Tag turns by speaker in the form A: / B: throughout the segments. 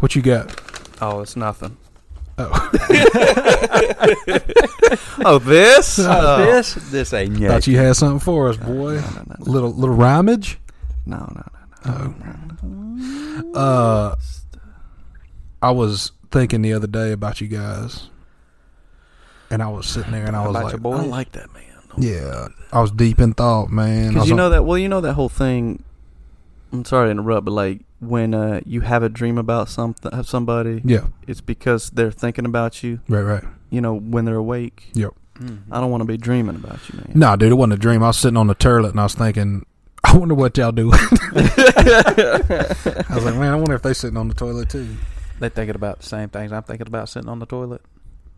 A: What you got?
B: Oh, it's nothing.
A: Oh,
B: Oh, this?
A: Oh.
B: this? This ain't yet.
A: thought you had something for us, boy.
B: No, no, no.
A: Little little rhymage.
B: No, no, no.
A: Oh. Uh, I was thinking the other day about you guys, and I was sitting there and I was
B: About
A: like,
B: your boy?
A: I like-
C: like that man.
A: yeah, I was deep in thought, man. I
B: Because
A: was
B: you
A: on-
B: know that. Well, you know that whole thing. I'm sorry to interrupt, but like when uh, you have a dream about something, of somebody,
A: yeah,
B: it's because they're thinking about you.
A: right, right.
B: You know, when they're awake.
A: Yep.
C: Mm-hmm.
B: I don't want to be dreaming about you, man.
A: Nah, dude, it wasn't a dream. I was sitting on the toilet and I was thinking, I wonder what y'all do. I was like, man, I wonder if they sitting on the toilet too.
C: They're thinking about the same things I'm thinking about sitting on the toilet.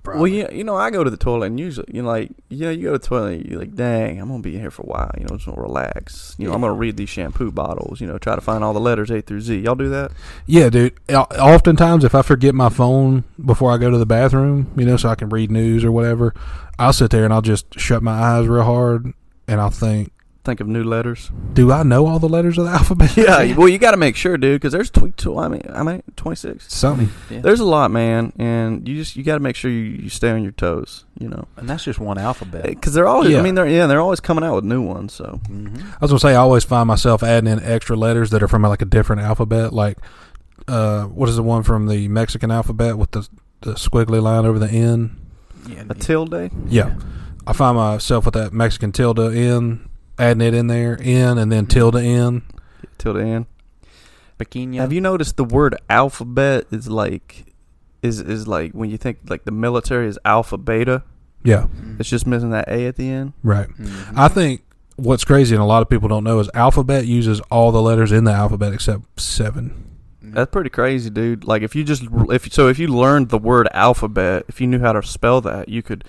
B: Well, yeah, you know, I go to the toilet and usually, you know, like, yeah, you go to the toilet, you're like, dang, I'm gonna be here for a while. You know, just gonna relax. You know, I'm gonna read these shampoo bottles. You know, try to find all the letters A through Z. Y'all do that?
A: Yeah, dude. o- Oftentimes, if I forget my phone before I go to the bathroom, you know, so I can read news or whatever, I'll sit there and I'll just shut my eyes real hard and I'll think,
B: Think of new letters.
A: do I know all the letters of the alphabet?
B: Yeah. well, you got to make sure, dude, because there's tw- tw- I mean, I mean, 26.
A: Something.
B: There's a lot, man, and you just you got to make sure you, you stay on your toes. You know,
C: And that's just one alphabet.
B: because they're always.
A: Yeah.
B: I mean, they're yeah, they're always coming out with new ones. So
C: Mm-hmm.
A: I was going to say, I always find myself adding in extra letters that are from like a different alphabet. Like, uh, what is the one from the Mexican alphabet with the, the squiggly line over the N?
C: Yeah,
B: a tilde.
A: Yeah. I find myself with that Mexican tilde in, adding it in there, in, and then tilde in.
B: Tilde in.
C: Pequeno.
B: Have you noticed the word alphabet is like is is like when you think like the military is alpha beta,
A: Yeah,
C: Mm-hmm.
B: it's just missing that A at the end.
A: right. I think what's crazy and a lot of people don't know is alphabet uses all the letters in the alphabet except seven.
C: Mm-hmm.
B: That's pretty crazy, dude. Like if you just if so if you learned the word alphabet, if you knew how to spell that, you could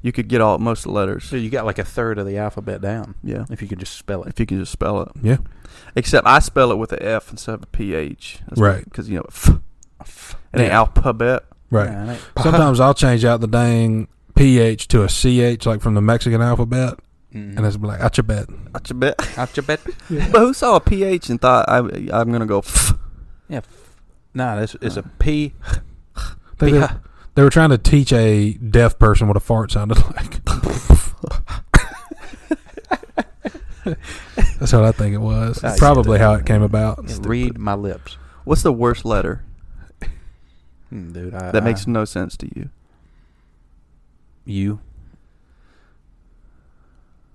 B: you could get all most of the letters.
C: So you got like a third of the alphabet down
B: Yeah.
C: if you could just spell it.
B: If you can just spell it.
A: Yeah.
B: Except I spell it with a F instead of a PH.
A: Right.
B: Because, you know, f, it ain't alphabet.
A: Right.
C: Yeah, and it-
A: Sometimes I'll change out the dang PH to a CH, like from the Mexican alphabet, and it's like, achabet.
B: Alphabet.
C: Mm-hmm. Alphabet.
B: but who saw a PH and thought, I, I'm going to go f?
C: Yeah. f- No, it's, it's a P.
A: They, they, they were trying to teach a deaf person what a fart sounded like. That's what I think it was.
C: That's
A: Probably how it came about.
C: Read my lips.
B: What's the worst letter
C: Hmm, Dude, I,
B: that
A: Uh-huh.
B: makes
C: I,
B: no sense to you?
C: you.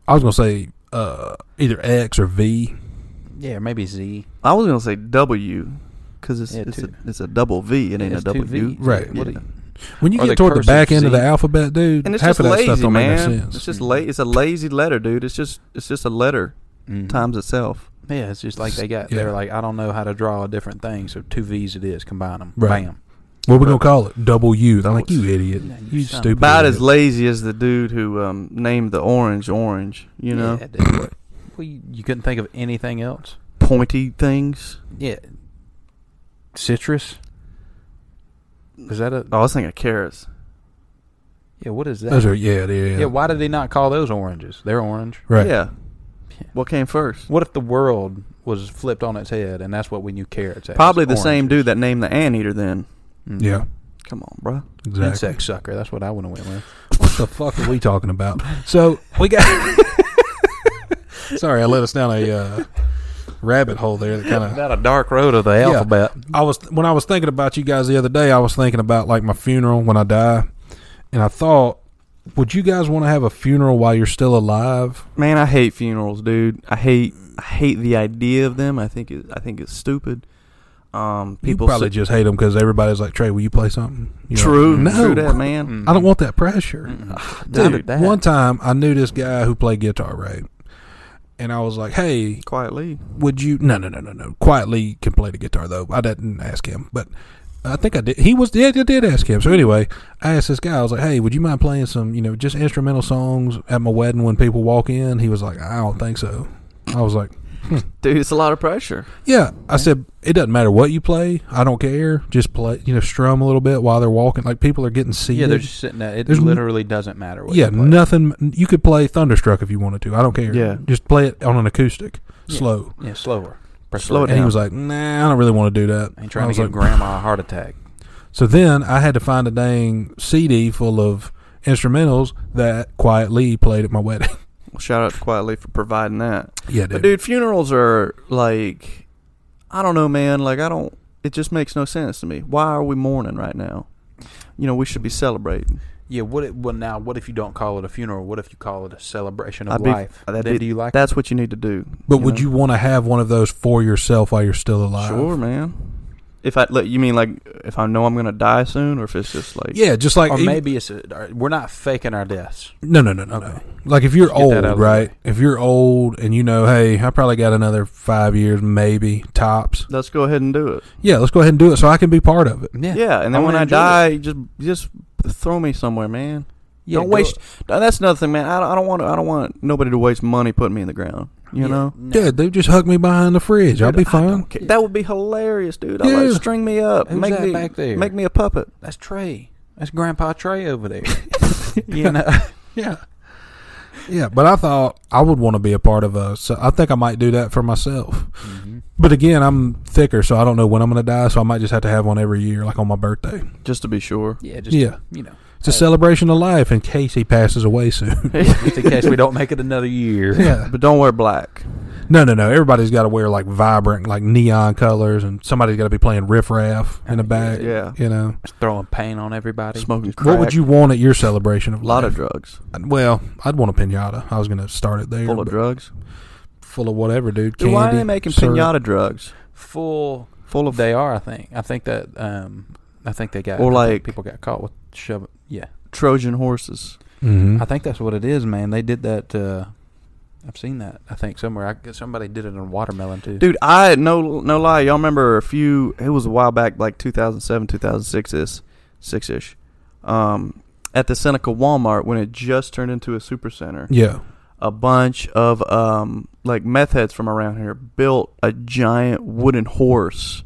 A: I was gonna say uh, either X or V.
C: Yeah, maybe Z.
B: I was going to say W because it's,
C: Yeah,
B: it's, a,
C: two.
B: it's a double V. It ain't
C: It's
B: a
C: two
B: double
C: Vs.
B: U.
A: Right.
B: Yeah.
A: When you
C: Or
A: get
C: the
A: toward the
C: cursive
A: back end of the
C: Z.
A: alphabet, dude,
B: And it's
A: half
B: just
A: of that
B: lazy,
A: stuff don't
B: man.
A: make no sense.
B: It's just la- It's a lazy letter, dude. It's just it's just a letter
A: Mm-hmm.
C: Mhm.
B: times itself.
C: Yeah, it's just like they got.
A: Yeah.
C: They're like, I don't know how to draw a different thing, so two V's it is. Combine them.
A: Right.
C: Bam.
A: what we gonna call it? Double U. I'm like you idiot.
C: Yeah, you
A: You
C: son of a-
A: stupid.
B: About as
A: idiot.
B: lazy as the dude who um, named the orange orange. You know,
C: Yeah, dude, what- well, you, you couldn't think of anything else.
B: pointy things.
C: Yeah. Citrus. Is that a?
B: Oh, I was thinking of carrots.
C: Yeah. What is that?
A: Those are yeah, yeah.
C: yeah. Why did they not call those oranges? They're orange.
A: Right.
B: Yeah.
C: Yeah.
B: What came first?
C: What if the world was flipped on its head, and that's what we knew carrots as?
B: Probably the same
C: Oranges.
B: dude that named the anteater. Then
C: Mhm.
A: Yeah.
B: come on, bro.
A: Exactly.
C: Insect sucker. That's what I would have went with.
A: What the fuck are we talking about? So we got. Sorry, I let us down a uh, rabbit hole there. That kind of.
C: About a dark road of the alphabet.
A: I was when I was thinking about you guys the other day. I was thinking about like my funeral when I die, and I thought, would you guys want to have a funeral while you're still alive?
B: Man, I hate funerals, dude. I hate I hate the idea of them. I think it, I think it's stupid. Um, people
A: you probably
B: sit-
A: just hate them because everybody's like, Trey, will you play something? You're
B: true,
A: like,
B: true
A: no,
B: that man.
A: I don't want that pressure.
C: Not
A: Mm-hmm. Dude,
C: at that.
A: one time I knew this guy who played guitar, right? And I was like, hey,
B: Quietly,
A: would you? No, no, no, no, no. Quietly can play the guitar though. I didn't ask him, but I think I did. He was yeah, I did ask him. So anyway, I asked this guy. I was like, hey, would you mind playing some, you know, just instrumental songs at my wedding when people walk in? He was like, I don't think so. I was like,
B: dude. It's a lot of pressure.
A: yeah. I said, it doesn't matter what you play. I don't care. Just play, you know, strum a little bit while they're walking. Like people are getting seated.
C: Yeah, they're just sitting there. It
A: There's n-
C: literally doesn't matter what.
A: yeah,
C: you play.
A: nothing. You could play Thunderstruck if you wanted to. I don't care.
B: Yeah.
A: Just play it on an acoustic,
C: Yeah.
A: slow.
C: Yeah, slower. Press
B: Slow
C: record.
B: it
A: And he was like, "Nah, I don't really want to do that."
C: Ain't
A: I
C: trying to
A: was
C: give
A: like,
C: grandma a heart attack.
A: So then I had to find a dang CD full of instrumentals that Quiet Lee played at my wedding.
B: Well, shout out to Quietly for providing that.
A: yeah, dude.
B: But dude, funerals are like, I don't know, man. Like I don't. It just makes no sense to me. Why are we mourning right now? You know, we should be celebrating.
C: Yeah, what? It, well, now, what if you don't call it a funeral? What if you call it a celebration of
B: I'd be-
C: life?
A: uh,
B: that'd
C: Then
B: be-
C: do you like?
B: That's what you need to do.
A: But would
B: know?
A: you want to have one of those for yourself while you're still alive?
B: Sure, man. If I look, you mean like if I know I'm gonna die soon, or if it's just like
A: Yeah, just like
C: or
A: even-
C: maybe it's a, or we're not faking our deaths.
A: no, no, no, no, no. Like if you're
C: Just get that
A: old,
C: out of the
A: right?
C: way.
A: If you're old and you know, hey, I probably got another five years, maybe tops.
B: let's go ahead and do it.
A: Yeah, let's go ahead and do it so I can be part of it.
B: Yeah, and then
C: wanna
B: when I
C: enjoy
B: die,
C: it.
B: just just throw me somewhere, man.
C: yeah,
B: don't
C: go-
B: waste. That's another thing, man. I don't, I don't want I don't want nobody to waste money putting me in the ground. You
C: yeah,
B: know.
C: no.
A: Yeah, dude, just hug me behind the fridge. I'll
B: Dude,
A: be
B: I don't
A: fine.
B: care. That would be hilarious, dude. I
A: Yeah.
B: like string me up,
C: Who's
B: make
C: that
B: me
C: back there?
B: make me a puppet.
C: That's Trey. That's Grandpa Trey over there. you know,
A: Yeah. Yeah, but I thought I would want to be a part of a. So I think I might do that for myself.
C: Mm-hmm.
A: But again, I'm thicker, so I don't know when I'm going to die. So I might just have to have one every year, like on my birthday.
B: Just to be sure.
C: yeah, just
A: Yeah.
C: you know,
A: It's a
C: Hey.
A: celebration of life in case he passes away soon.
C: just in case we don't make it another year.
A: yeah.
B: But don't wear black.
A: No, no, no. Everybody's got to wear like vibrant, like neon colors, and somebody's got to be playing riff raff in the back.
B: Yeah.
A: You know,
C: Just throwing paint on everybody.
B: Smoking crack.
A: what would you want at your celebration of
B: A lot
A: life?
B: of drugs.
A: Well, I'd want a pinata. I was going to start it there.
B: Full of
A: but
B: drugs.
A: Full of whatever, dude.
B: Dude,
A: Candy,
B: why are they making
A: syrup.
B: pinata drugs?
C: Full.
B: Full of
C: They are. I think. I think that. Um. I think they got.
B: Or
C: I think
B: like-
C: people got caught with shoving. Yeah.
B: Trojan horses.
A: Mhm.
C: I think that's what it is, man. They did that. Uh, I've seen that. I think somewhere. I guess somebody did it in watermelon too.
B: Dude, I no no lie, y'all remember a few it was a while back, like two thousand seven, two thousand six is six ish. Um at the Seneca Walmart when it just turned into a super center.
A: Yeah.
B: a bunch of um, like meth heads from around here built a giant wooden horse,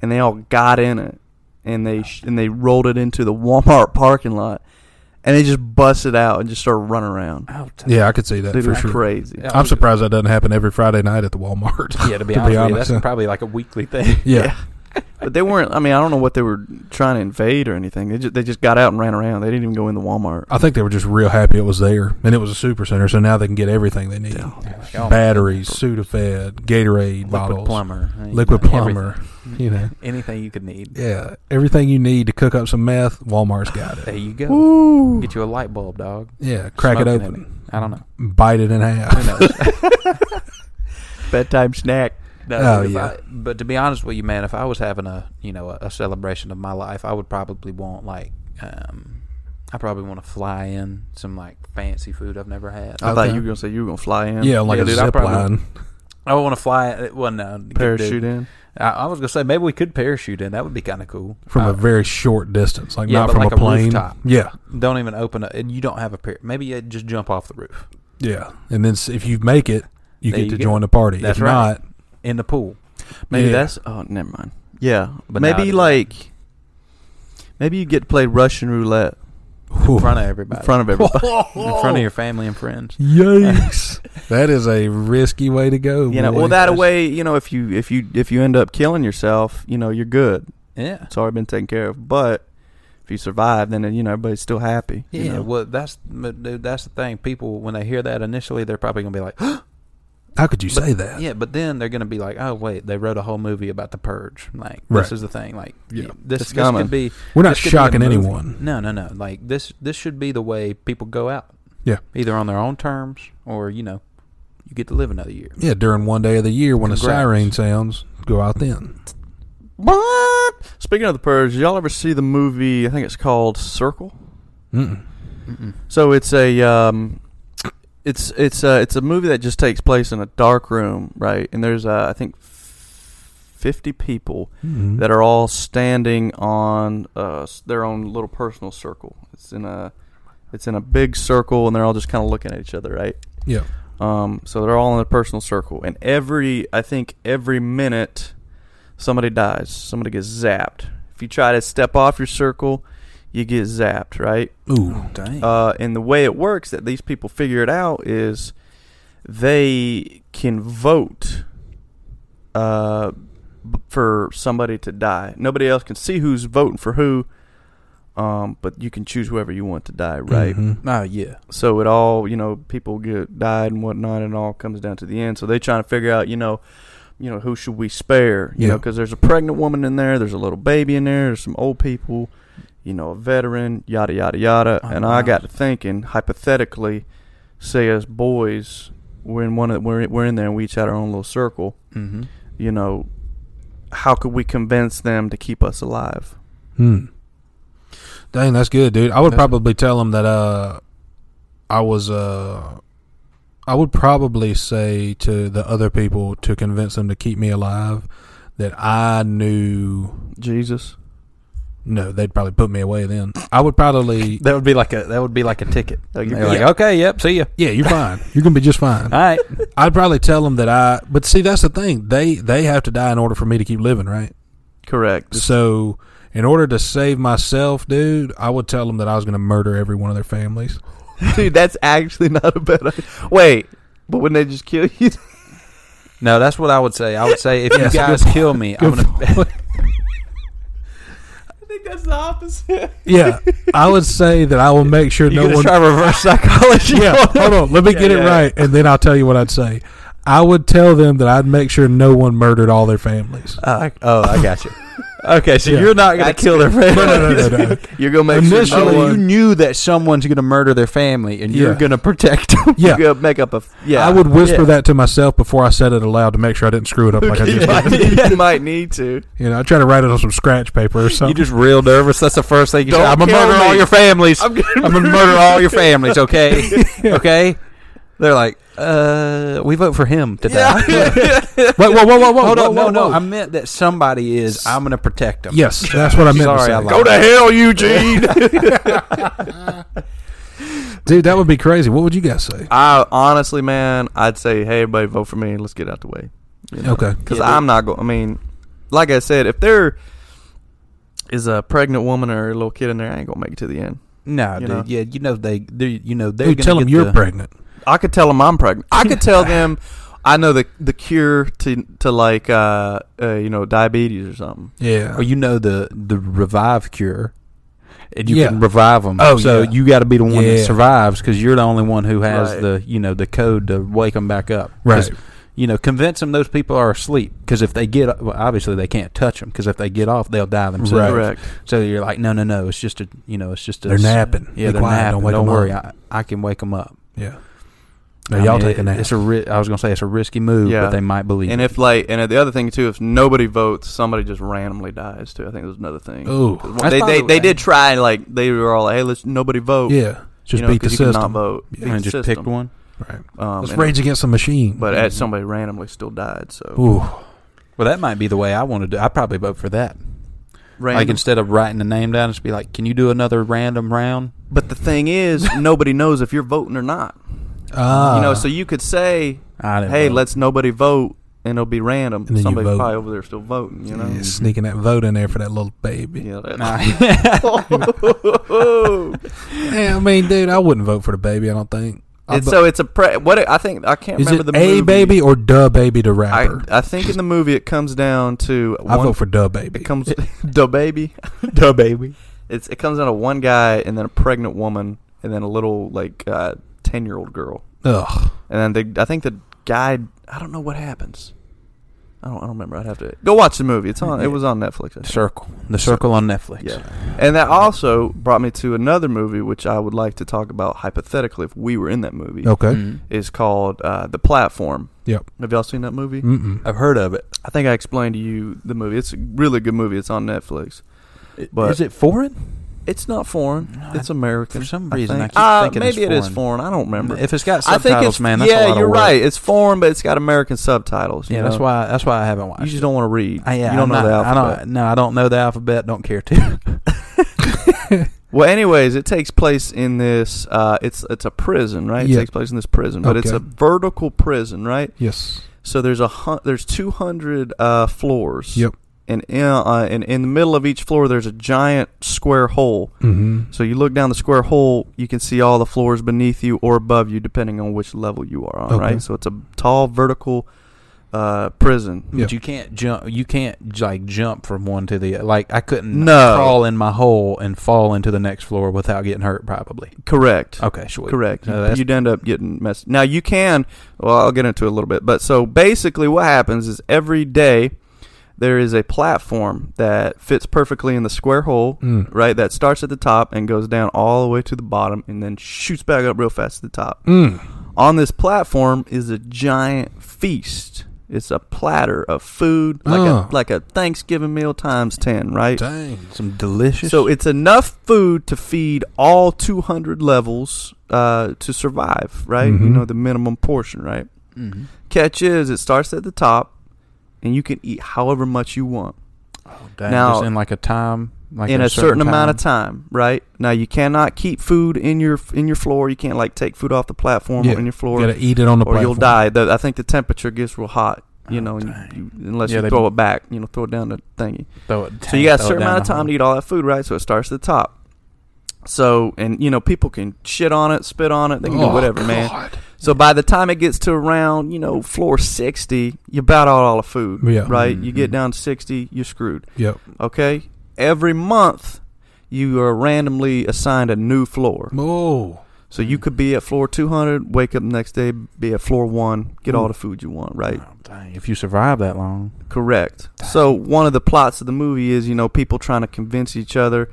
B: and they all got in it, and they sh- and they rolled it into the Walmart parking lot, and they just busted out and just started running around.
C: Out.
A: Yeah, I could see that
B: Dude, it
A: for
B: was
A: sure.
B: crazy.
C: Yeah,
A: I'm surprised that doesn't happen every Friday night at the Walmart.
C: Yeah, to be honest, with you, that's
A: yeah.
C: probably like a weekly thing.
A: yeah.
B: But they weren't. I mean, I don't know what they were trying to invade or anything. They just they just got out and ran around. They didn't even go in the Walmart.
A: I think they were just real happy it was there, and it was a super center, so now they can get everything they need:
C: Y'all-
A: batteries, Sudafed, Gatorade
C: liquid
A: bottles,
C: plumber,
A: liquid
C: Everything-
A: plumber. You know,
C: anything you could need.
A: yeah, everything you need to cook up some meth, Walmart's got it.
C: There you go.
B: Woo!
C: Get you a light bulb, dog.
A: Yeah, crack it
C: Smoking
A: open,
C: I don't know.
A: bite it in
C: Who
A: half.
C: knows?
B: Bedtime snack.
C: No,
A: Oh,
C: if
A: yeah.
C: I- but to be honest with you, man, if I was having a you know a, a celebration of my life, I would probably want like um, I probably want to fly in some like fancy food I've never had.
B: I
A: Okay.
B: thought you were gonna say you were gonna fly in.
A: Yeah, like
C: Yeah,
A: a
C: dude, I
A: zip
C: probably-
A: line.
C: I want to fly. uh, Well, no, dude,
B: parachute in.
C: I, I was gonna say maybe we could parachute in. That would be kind of cool.
A: From
C: Uh,
A: a very short distance, like
C: yeah,
A: not
C: but
A: from
C: like
A: a
C: a
A: plane.
C: rooftop.
A: yeah,
C: don't even open it, and you don't have a par. Maybe you just jump off the roof
A: yeah, and then s- if you make it, you
C: There
A: get
C: you
A: to
C: go.
A: join the party.
C: That's
A: if
C: right.
A: not,
C: in the pool.
B: Maybe
A: Yeah.
B: that's oh, never mind. Yeah,
C: But
B: maybe
C: now-
B: like maybe you get to play Russian roulette
A: whew.
C: in front of
B: in
C: everybody,
B: front of everybody.
C: in front of your family and friends.
A: Yikes! that is a risky way to go.
B: you know,
A: Oh, boy.
B: well that way, you know, if you if you if you end up killing yourself, you know, you're good.
C: Yeah,
B: It's already been taken care of. But if you survive, then you know everybody's still happy.
C: yeah.
B: you know?
C: Well, that's but dude, that's the thing. People when they hear that initially, they're probably gonna be like,
A: How could you
C: But-
A: say that?
C: yeah. But then they're gonna be like, oh wait, they wrote a whole movie about the purge. Like
A: Right.
C: this is the thing. Like
A: Yeah.
C: this,
B: It's
C: this
B: coming.
C: could be
A: We're not
C: this could be a
A: shocking
C: movie.
A: anyone.
C: No, no, no. Like this, this should be the way people go out.
A: Yeah.
C: either on their own terms or you know, you get to live another year.
A: Yeah, during one day of the year when a
C: Congrats.
A: siren sounds, go out then.
B: But speaking of the purge, did y'all ever see the movie? I think it's called Circle.
A: Mm-mm.
C: Mm-mm.
B: So it's a um, it's it's uh, it's a movie that just takes place in a dark room, right? And there's uh, I think fifty people
A: Mm-mm.
B: that are all standing on uh, s- their own little personal circle. It's in a it's in a big circle, and they're all just kind of looking at each other, right?
A: yeah,
B: Um, so they're all in a personal circle, and every I think every minute somebody dies, somebody gets zapped. If you try to step off your circle, you get zapped, right?
A: ooh,
C: Oh, dang.
B: Uh, and the way it works that these people figure it out is they can vote uh, b- for somebody to die. Nobody else can see who's voting for who, um, but you can choose whoever you want to die, right?
A: Mhm.
C: Oh yeah.
B: So it all, you know, people get died and whatnot, and it all comes down to the end. So they trying to figure out, you know, you know, who should we spare? You
A: Yeah.
B: know, 'cause because there's a pregnant woman in there, there's a little baby in there, there's some old people, you know, a veteran, yada yada yada.
C: Oh,
B: and
C: wow.
B: I got to thinking, hypothetically, say as boys, we're in one of we're we're in there, and we each had our own little circle.
C: Mm-hmm.
B: You know, how could we convince them to keep us alive?
A: Hmm. Dang, that's good, dude. I would
C: That's-
A: probably tell him that uh, I was uh, I would probably say to the other people to convince them to keep me alive that I knew.
B: Jesus,
A: No, they'd probably put me away then. I would probably.
C: That would be like a that would be like a ticket.
B: Oh, you're
C: They're
B: good.
C: like, okay, yep, see ya.
A: Yeah, you're fine. You're gonna be just fine.
C: All right.
A: I'd probably tell them that I. But see, that's the thing. They they have to die in order for me to keep living, right?
B: correct.
A: So, in order to save myself, dude, I would tell them that I was going to murder every one of their families.
B: Dude, that's actually not a bad idea. Wait, but wouldn't they just kill you?
C: No, that's what I would say. I would say if you
A: Yes,
C: guys kill me, I'm gonna.
B: I think that's the opposite.
A: Yeah, I would say that I will make sure
C: You're
A: no
C: gonna
A: one.
C: try reverse psychology.
A: yeah,
C: on them?
A: hold on. Let me
B: Yeah,
A: get it
B: yeah.
A: right, and then I'll tell you what I'd say. I would tell them that I'd make sure no one murdered all their families.
C: Uh, oh, I got you. Okay, so
A: Yeah.
C: you're not gonna
B: That's
C: kill their family.
A: No, no, no, no, no.
B: You're gonna make sure
A: Initially,
B: no
C: Oh,
B: one-
C: you knew that someone's gonna murder their family, and you're
A: Yeah.
C: gonna protect them.
A: Yeah,
B: you're gonna make up a f- yeah.
A: I would whisper
B: yeah.
A: that to myself before I said it aloud to make sure I didn't screw
C: Oh
A: it up like I
B: you,
A: just
B: might,
A: did.
B: you might need to.
A: You know, I try to write it on some scratch paper or
C: You're
A: something.
C: just real nervous. That's the first thing you say.
B: Don't
C: I'm gonna
B: kill
C: murder
B: me.
C: all your families. I'm
B: gonna,
C: gonna murder all your families. Okay, okay. They're like, uh, we vote for him to die.
A: Wait, whoa, whoa, whoa, whoa,
C: Hold
A: whoa,
C: on,
A: whoa,
C: no,
A: whoa.
C: no. I meant that somebody is. I'm gonna protect them.
A: yes, that's what I meant.
C: Sorry, I
A: to say.
C: lied. Go to
B: hell, Eugene.
A: Dude, that would be crazy. What would you guys say?
B: I honestly, man, I'd say, hey, everybody, vote for me. Let's get out the way.
A: Okay.
B: Because
C: Yeah,
B: I'm not going. I mean, like I said, if there is a pregnant woman or a little kid in there, I ain't gonna make it to the end.
C: No,
B: You
C: dude.
B: know?
C: Yeah, you know they. they you know they're
A: Dude,
C: gonna
A: tell
C: get
A: them you're
C: the,
A: pregnant.
B: I could tell them I'm pregnant. I could tell them I know the the cure to to like uh, uh you know diabetes or something.
A: Yeah.
C: or Oh, you know the the revive cure, and you
A: Yeah.
C: can revive them.
A: Oh,
C: so
A: yeah.
C: you got to be the one
A: Yeah.
C: that survives because you're the only one who has
B: Right.
C: the you know the code to wake them back up. 'Cause,
A: right.
C: You know, convince them those people are asleep because if they get well, obviously they can't touch them because if they get off they'll die themselves.
B: Correct.
C: So you're like, no, no, no. It's just a you know, it's just a
A: They're napping.
C: Yeah,
A: Be
C: they're
A: quiet,
C: napping.
A: don't
C: Don't,
A: wake 'em
C: worry,
A: up.
C: I, I can wake them up.
A: Yeah. Now,
C: I
A: y'all
C: mean,
A: take a
C: it-
A: nap.
C: It's a ri- I was gonna say it's a risky move,
B: Yeah.
C: but they might believe.
B: And
C: it.
B: if like, and the other thing too, if nobody votes, somebody just randomly dies too. I think there's another thing. 'Cause
A: oh,
B: one-
C: That's
B: They, they,
C: probably
B: they
C: right.
B: did try like they were all hey let's nobody vote
A: yeah. Just
B: you know,
A: beat the
B: 'cause you cannot
A: system.
B: vote
A: Yeah.
B: Beat
C: and
B: the
C: just
B: system.
C: picked one.
A: Right.
B: um,
A: Let's
B: and-
A: rage against the machine.
B: but at somebody randomly still died so
A: Ooh.
C: Well, that might be the way I want to do. I probably vote for that.
B: random.
C: Like instead of writing the name down, just be like, "Can you do another random round?"
B: but the thing is nobody knows if you're voting or not
A: Ah.
B: you know so you could say
C: I didn't
B: hey
C: vote.
B: let's nobody vote and it'll be random
A: And then you
B: somebody's
A: vote.
B: probably over there still voting you know
A: Yeah, sneaking that vote in there for that little baby.
B: yeah that-
A: Yeah, I mean, dude, I wouldn't vote for the baby. I don't think. I
B: It's-
A: bu-
B: so it's a pre- what I think I can't
A: is it
B: remember the
A: a
B: movie.
A: baby or duh baby the
B: I,
A: rapper?
B: I think in the movie it comes down to
A: I,
B: one
A: vote for duh baby.
B: It comes the baby.
C: duh, baby.
B: It's it comes down to one guy and then a pregnant woman and then a little like ten year old girl
A: Ugh.
B: and then the, I think the guy I don't know what happens. I don't I don't remember. I'd have to go watch the movie. It's on. It was on Netflix. I think.
C: Circle, the circle on Netflix.
B: Yeah, and that also brought me to another movie which I would like to talk about hypothetically if we were in that movie.
A: Okay.
C: Mm.
B: Is called uh, the platform.
A: Yep.
B: Have y'all seen that movie?
C: Mm.
A: Mm-mm.
C: I've heard of it.
B: I think I explained to you the movie. It's a really good movie. It's on Netflix.
C: Is
B: But-
C: it foreign?
B: It's not foreign.
C: No,
B: It's
C: I-
B: American.
C: for some reason,
B: think.
C: I
B: Uh,
C: keep thinking
B: maybe
C: it's
B: it is
C: foreign.
B: foreign. I don't remember.
C: If it's got
B: I
C: subtitles,
B: think it's
C: man, that's
B: yeah.
C: a lot
B: you're
C: of work.
B: right. It's foreign, but it's got American subtitles. you
C: Yeah, that's
B: know?
C: why. That's why I haven't watched.
B: you just
C: it.
B: don't want to read.
C: I, yeah,
B: you don't
C: I'm
B: know
C: not-
B: the
C: I
B: alphabet.
C: don't, no, I don't know the alphabet. Don't care to.
B: Well, anyways, it takes place in this. Uh, it's it's a prison, right?
A: Yeah.
B: It takes place in this prison, but it's
A: Okay.
B: a vertical prison, right?
A: Yes.
B: So there's a hun- there's 200 uh, floors.
A: Yep.
B: And in, uh, and in the middle of each floor, there's a giant square hole.
A: Mm-hmm.
B: So you look down the square hole, you can see all the floors beneath you or above you, depending on which level you are on,
A: Okay.
B: right? So it's a tall vertical uh, prison.
A: Yeah.
C: But you can't jump. You can't like jump from one to the like. I couldn't
B: No.
C: crawl in my hole and fall into the next floor without getting hurt. Probably.
B: Correct.
C: Okay, sure.
A: uh,
B: Correct.
C: So that's-
B: You'd end up getting messed. Now you can. Well, I'll get into it a little bit, but so basically, what happens is every day there is a platform that fits perfectly in the square hole,
A: Mm.
B: right? That starts at the top and goes down all the way to the bottom, and then shoots back up real fast to the top.
A: Mm.
B: On this platform is a giant feast. It's a platter of food, like
A: Oh.
B: a like a Thanksgiving meal times ten, right?
A: Dang.
C: Some delicious.
B: So it's enough food to feed all 200 levels uh, to survive, right? You
A: Mhm.
B: know, the minimum portion, right?
A: Mm-hmm.
C: Mhm.
B: Catch is it starts at the top, and you can eat however much you want
C: Oh, damn.
B: Now-
C: just in like a time, like
B: in a certain, amount of time, right? Now you cannot keep food in your in your floor. You can't like take food off the platform
A: Yeah,
B: or in your floor,
A: Got to eat it on the
B: or
A: platform.
B: you'll die. The, I think the temperature gets real hot, you
C: Oh,
B: know, and
C: dang.
B: you, you, unless
C: Yeah,
B: you
C: they-
B: throw it back, you know, throw it down the thingy.
C: Throw it,
B: So you got a
C: throw it
B: certain
C: down
B: amount of
C: the
B: time to
C: hole.
B: eat all that food, right? So it starts at the top. So and you know people can shit on it, spit on it, they can do
A: Oh,
B: whatever, man.
A: God.
B: So by the time it gets to around you know floor sixty, you about out all the food,
A: Yeah.
B: right? You get
C: Mhm.
B: down to sixty, you're screwed.
A: Yep.
B: Okay, every month you are randomly assigned a new floor.
A: Oh.
B: So you could be at floor two hundred, wake up the next day, be at floor one, get all the food you want, right?
C: Oh, dang. If you survive that long,
B: Correct. So one of the plots of the movie is, you know, people trying to convince each other.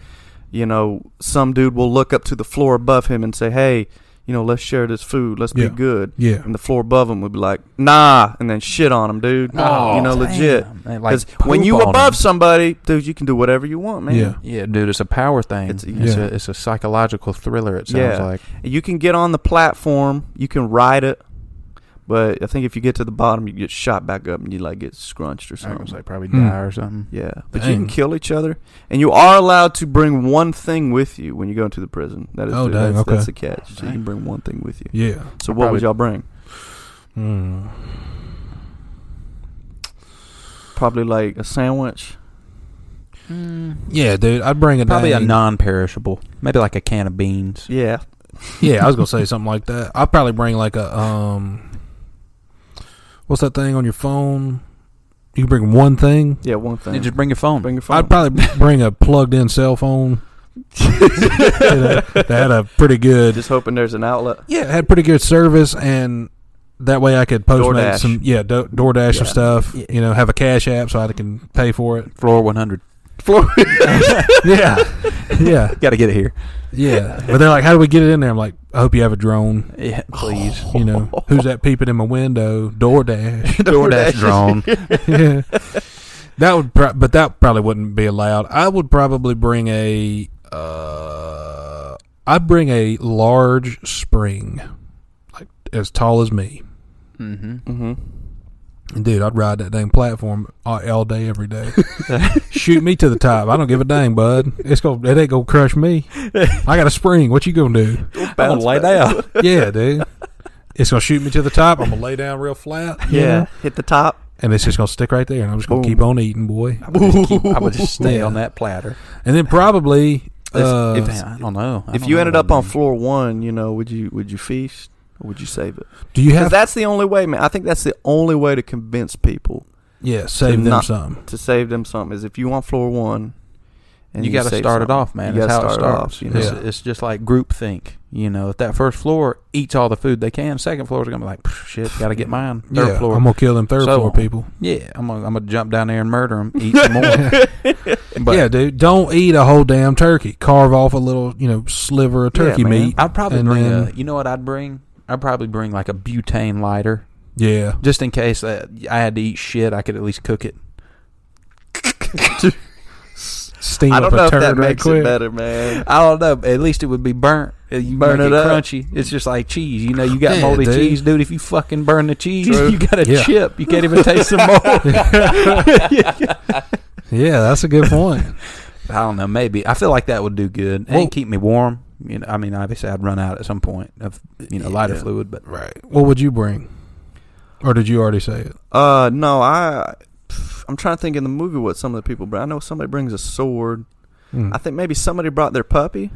B: You know, some dude will look up to the floor above him and say, "Hey, you know, let's share this food. Let's
A: Yeah.
B: be good."
A: Yeah.
B: And the floor above him would be like, "Nah," and then shit on him, dude.
A: Oh,
B: you know,
C: damn.
B: legit.
C: And, like,
B: Because when
C: poop
B: you
C: on
B: above
C: 'em.
B: somebody, dude, you can do whatever you want, man.
A: Yeah.
C: yeah, dude, it's a power thing.
B: It's-
C: It's,
A: Yeah.
C: a, it's a psychological thriller. It sounds
B: Yeah.
C: like
B: You can get on the platform. You can ride it. But I think if you get to the bottom, you get shot back up and you like get scrunched or
C: I
B: something.
C: was like probably
A: Hmm.
C: die or something.
B: Yeah, but you
A: Dang.
B: can kill each other, and you are allowed to bring one thing with you when you go into the prison. That is,
A: Oh,
B: the,
A: dang,
B: that's,
A: okay.
B: that's the catch. So you
C: Dang.
B: can bring one thing with you.
A: Yeah.
B: So what
C: Probably-
B: would y'all bring?
A: Mm.
B: Probably like a sandwich.
A: Yeah, dude. I'd bring a
C: Mm. Probably a
A: dang-
C: non-perishable, maybe like a can of beans.
B: Yeah,
A: Yeah, I was gonna say something like that. I'd probably bring like a um, what's that thing on your phone? You can bring one thing.
B: yeah, one thing.
C: You just bring your phone.
B: bring your phone.
A: I'd probably bring a plugged-in cell phone. You know, that had a pretty good,
B: just hoping there's an outlet.
A: yeah, it had pretty good service, and that way I could postmate
B: DoorDash.
A: some, yeah, do, DoorDash
B: Yeah.
A: and stuff.
C: Yeah.
A: You know, have a cash app so I can pay for it.
C: Floor one hundred.
B: Floor.
A: Yeah, yeah,
C: Got to get it here.
A: yeah. But they're like, "How do we get it in there?" I'm like, "I hope you have a drone."
C: Yeah, please.
A: You know, who's that peeping in my window? DoorDash.
C: DoorDash drone.
A: yeah. That would, pro- but that probably wouldn't be allowed. I would probably bring a, uh, I'd bring a large spring, like as tall as me.
C: hmm
B: Mm-hmm.
A: And Dude, I'd ride that dang platform all, all day, every day. Shoot me to the top. I don't give a dang, bud. It's gonna, it ain't gonna crush me. I got a spring. What you gonna do?
C: I'm gonna lay down.
A: Yeah, dude. It's gonna shoot me to the top. I'm gonna lay down real flat. you
B: Yeah,
A: know?
B: hit the top.
A: and it's just gonna stick right there. And I'm just gonna
B: Boom.
A: keep on eating, boy.
C: I would just, keep, I would just stay
A: Yeah.
C: on that platter.
A: And then probably
B: If-
A: uh,
B: if-
C: Damn, I don't know. I
B: If
C: don't
B: you
C: know
B: ended
C: what
B: up on
C: I'd
B: floor one, you know, would you would you feast or would you save it?
A: do you
B: Because
A: have
B: that's the only way, man. I think that's the only way to convince people
A: yeah save them
B: not-
A: some
B: to save them something is if you want floor one.
C: do. you got to
B: save
C: start it
B: something.
C: off, man.
B: You
C: That's
B: gotta
C: how it
B: start it
C: starts.
B: off, you
A: know.
C: it's,
A: Yeah.
C: it's just like groupthink. You know, if that first floor eats all the food they can, second floor is gonna be like, "Pff, shit, gotta get mine. Third
A: yeah
C: floor,
A: I'm gonna kill them third
C: So
A: floor
C: on.
A: people
C: yeah, I'm gonna, I'm gonna jump down there and murder them, eat some more. But
A: yeah dude don't eat a whole damn turkey carve off a little you know sliver of
B: Yeah,
A: turkey
B: man.
A: meat
C: I'd probably
A: And
C: bring
A: then-
C: a. You know what I'd bring? I'd probably bring like a butane lighter,
A: yeah
C: just in case that I had to eat shit. I could at least cook it.
A: steam
B: I
A: up
B: don't
A: a
B: know if
A: turd
B: that
A: right
B: makes
A: quick.
B: it better, man.
C: I don't know. but At least it would be burnt. Uh, You
B: Burn
C: make
B: it up.
C: crunchy. It's just like cheese. You know, you got
A: Yeah,
C: moldy
A: dude.
C: cheese, dude. If you fucking burn the cheese,
B: True.
C: you got a
A: Yeah.
C: chip. You can't even taste the mold.
A: yeah that's a good point
C: I don't know. Maybe I feel like that would do good
A: Well-
C: and keep me warm. You know, I mean, obviously, I'd run out at some point of you know lighter
B: Yeah.
C: fluid, but
A: right what would you bring or did you already say it
B: Uh, no, I. pff, I'm trying to think in the movie what some of the people bring. I know somebody brings a sword.
A: Hmm.
B: I think maybe somebody brought their puppy.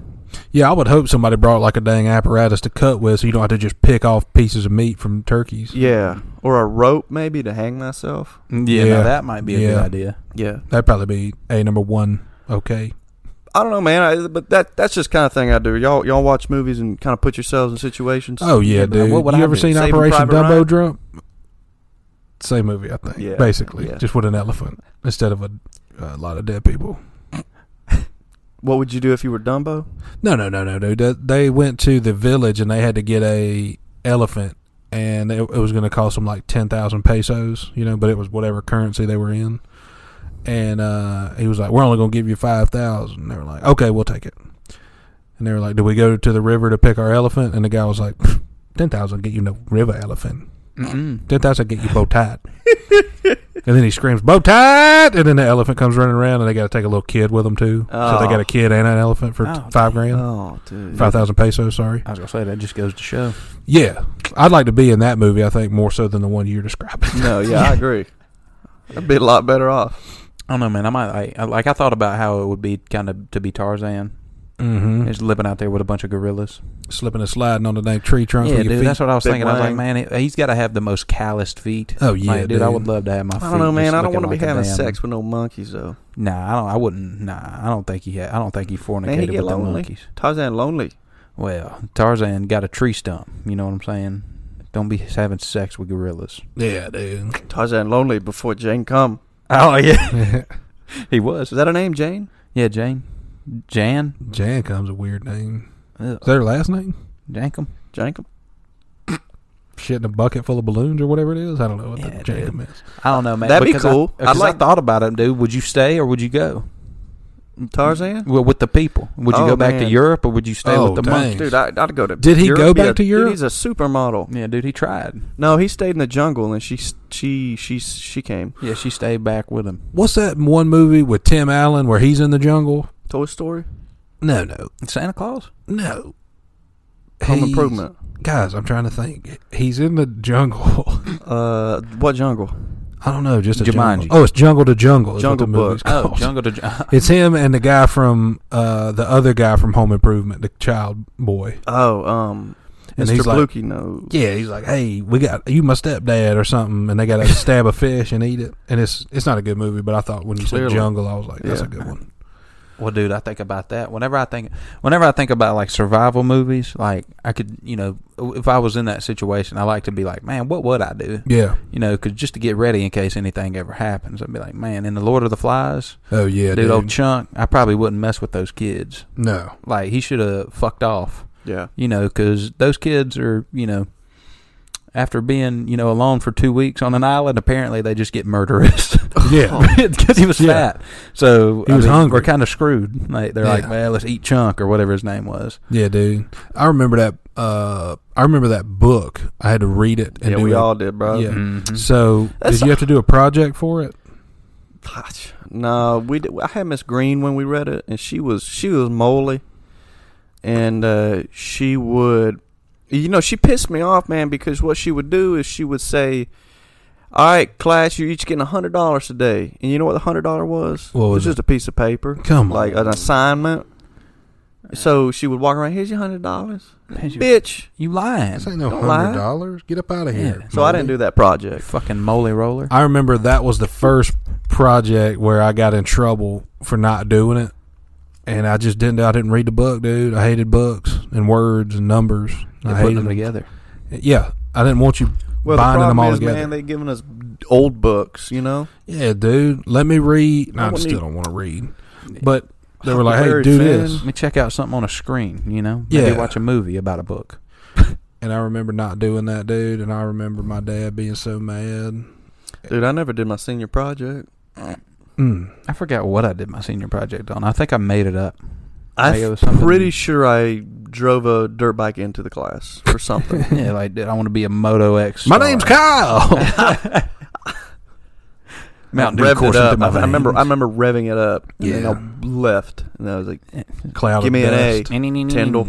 A: Yeah, I would hope somebody brought like a dang apparatus to cut with, so you don't have to just pick off pieces of meat from turkeys.
B: Yeah, or a rope maybe to hang myself.
C: Mm, Yeah,
A: Yeah.
C: Now that might be a
A: Yeah.
C: good idea.
B: Yeah,
A: That'd probably be a number one. Okay.
B: I don't know, man. I, but that that's just kind of thing I do. Y'all y'all watch movies and kind of put yourselves in situations.
A: Oh yeah,
C: Yeah, but
A: dude.
C: what would
A: you
C: I
A: ever
C: do?
A: seen
B: Saving
A: Operation
B: Private
A: Dumbo
B: Ryan?
A: Drop? Same movie, I think.
B: Yeah,
A: Basically,
B: yeah.
A: just with an elephant instead of a, a lot of dead people.
B: What would you do if you were Dumbo?
A: No, no, no, no, dude. They- They went to the village and they had to get a elephant, and it, it was going to cost them like ten thousand pesos, you know. But it was whatever currency they were in, and uh, he was like, "We're only going to give you five thousand. They were like, "Okay, we'll take it." And they were like, "Do we go to the river to pick our elephant?" And the guy was like, ten thousand get you no river elephant.
C: Mm-mm.
A: Ten thousand get you bow tied." and then he screams, "Bow tied!" And then the elephant comes running around, and they got to take a little kid with them too. So they
B: Oh.
A: got a kid and an elephant for
C: Oh,
A: t- five grand
B: Oh, dude.
A: five thousand pesos. Sorry.
C: I was gonna say that just goes to show.
A: Yeah, I'd like to be in that movie. I think more so than the one you're describing.
B: No, yeah, I agree. I'd be a lot better off.
C: I don't know, man. I might I, I like. I thought about how it would be kind of to be Tarzan,
A: Mm-hmm.
C: just living out there with a bunch of gorillas.
A: Slipping and sliding on the dang tree trunk
C: yeah,
A: with
C: dude.
A: your
C: That's
A: feet.
C: what I was
B: Big
C: thinking. I was like,
B: wang.
C: man, he- he's got to have the most calloused feet.
A: Oh yeah,
C: Like, dude, I would love to have my.
B: I don't know,
C: feet
B: man.
C: just
B: I don't
C: looking
B: want to be
C: like a
B: having
C: damn-
B: sex with no monkeys though.
C: Nah, I don't. I wouldn't. Nah, I don't think he had. I don't think he
B: Man, he
C: fornicated
B: get
C: with the
B: lonely.
C: monkeys.
B: Tarzan lonely.
C: Well, Tarzan got a tree stump. You know what I'm saying? Don't be having sex with gorillas.
A: Yeah, dude.
B: Tarzan lonely before Jane come.
C: Oh yeah, he was.
B: Is that her name, Jane?
C: Yeah, Jane, Jan,
A: Jan comes a weird name.
C: Ugh,
A: Is that her last name?
C: Jankum.
B: Jankum.
A: Shit in a bucket full of balloons or whatever it is. I don't know what
C: Yeah,
A: the
C: dude.
A: Jacob is.
C: I don't know, man.
B: That'd be
C: because I-
B: cool. I'd
C: because I,
B: like-
C: thought about it, dude. Would you stay or would you go?
B: Tarzan.
C: Well, with the people, would you
B: Oh,
C: go back to
B: man.
C: Europe or would you stay
A: Oh,
C: with the
A: dang.
C: monkeys?
B: Dude, I, I'd go to.
A: Did he
B: Europe,
A: go
B: be
A: back
B: a-
A: to Europe?
B: Dude, he's a supermodel.
C: Yeah, dude, he tried.
B: No, he stayed in the jungle, and then she she she she came.
C: Yeah, she stayed back with him.
A: What's that one movie with Tim Allen where he's in the jungle?
B: Toy Story.
A: No, no,
C: Santa Claus.
A: no.
B: Home
A: He's-
B: Improvement.
A: Guys, I'm trying to think. He's in the jungle.
B: Uh, what jungle?
A: I don't know, just a
C: Jumanji.
A: jungle. Oh, it's Jungle to Jungle. Is
B: Jungle
A: what the movie's
B: Book.
A: called.
C: Oh, Jungle to Jungle.
A: It's him and the guy from uh, the other guy from Home Improvement, the child boy.
B: Oh, um,
A: And
B: Mr.
A: he's like-
B: Blukey knows.
A: Yeah, he's like, "Hey, we got you, my stepdad, or something," and they got to stab a fish and eat it. And it's it's not a good movie, but I thought when you
C: Clearly.
A: said jungle, I was like, "That's
B: Yeah.
A: a good one."
C: Well, dude, I think about that whenever I think, whenever I think about like survival movies. Like I could, you know, if I was in that situation, I like to be like, man, what would I do?
A: Yeah.
C: You know, 'cause just to get ready in case anything ever happens, I'd be like, man, in the Lord of the Flies,
A: Oh yeah,
C: dude,
A: dude.
C: old Chunk, I probably wouldn't mess with those kids.
A: no.
C: Like he should have fucked off.
B: Yeah.
C: You know, 'cause those kids are, you know. After being, you know, alone for two weeks on an island, apparently they just get murderous.
A: Yeah.
C: because he was
A: Yeah.
C: fat. So
A: He was hungry.
C: We're kind of screwed. Like they're like,
A: Yeah.
C: well, let's eat chunk or whatever his name was.
A: yeah, dude. I remember that. Uh, I remember that book. I had to read it and
B: yeah,
A: do
B: we
A: it.
B: all did, bro.
A: Yeah. So
B: That's-
A: did you have to do a project for it?
B: Gosh, no, we. Did, I had Miss Green when we read it, and she was she was moly, and uh, she would, you know, she pissed me off, man, because what she would do is she would say, "All right, class, you're each getting a hundred dollars today," and you know what the hundred dollar was?
A: What
B: it
A: was
B: was just a piece of paper,
A: Come on.
B: like uh, an assignment. So she would walk around. Here's your hundred dollars,
C: Man, you,
B: bitch.
C: you lying?
A: this ain't no
B: Don't lie.
A: hundred dollars. Get up out of here.
C: Yeah.
B: So I didn't do that
C: You
B: project.
C: fucking moly roller.
A: I remember that was the first project where I got in trouble for not doing it, and I just didn't. I didn't read the book, dude. I hated books and words and numbers.
C: You're
A: I hated
C: putting them
A: them.
C: together.
A: Yeah, I didn't want you
B: Well, the
A: binding
B: problem
A: them all
B: is,
A: together.
B: man, they giving us old books, you know.
A: yeah, dude. Let me read. No,
B: I
A: I
B: wouldn't e-
A: still
B: need-
A: don't want to read. But they were like, "Hey,
B: Huckleberry
A: do
B: Finn.
A: this,"
C: Let me check out something on a screen. You know, maybe
A: Yeah.
C: watch a movie about a book.
A: and I remember not doing that, dude. And I remember my dad being so mad.
B: Dude, I never did my senior project.
A: Mm.
C: I forgot what I did my senior project on. I think I made it up. Like, it
B: I'm
C: was something-
B: pretty sure I drove a dirt bike into the class or something.
C: yeah, like dude, I want to be a Moto X.
A: My
C: star.
A: name's Kyle.
C: Mountain
B: Revved
C: Dew
B: it
C: coursing
B: up.
C: through my
B: I remember. I
C: veins.
B: remember revving it up. And then
A: Yeah.
B: I left, and I was like,
A: Cloud.
B: "Give
A: of
B: me an A,
A: dust.
B: Tyndall."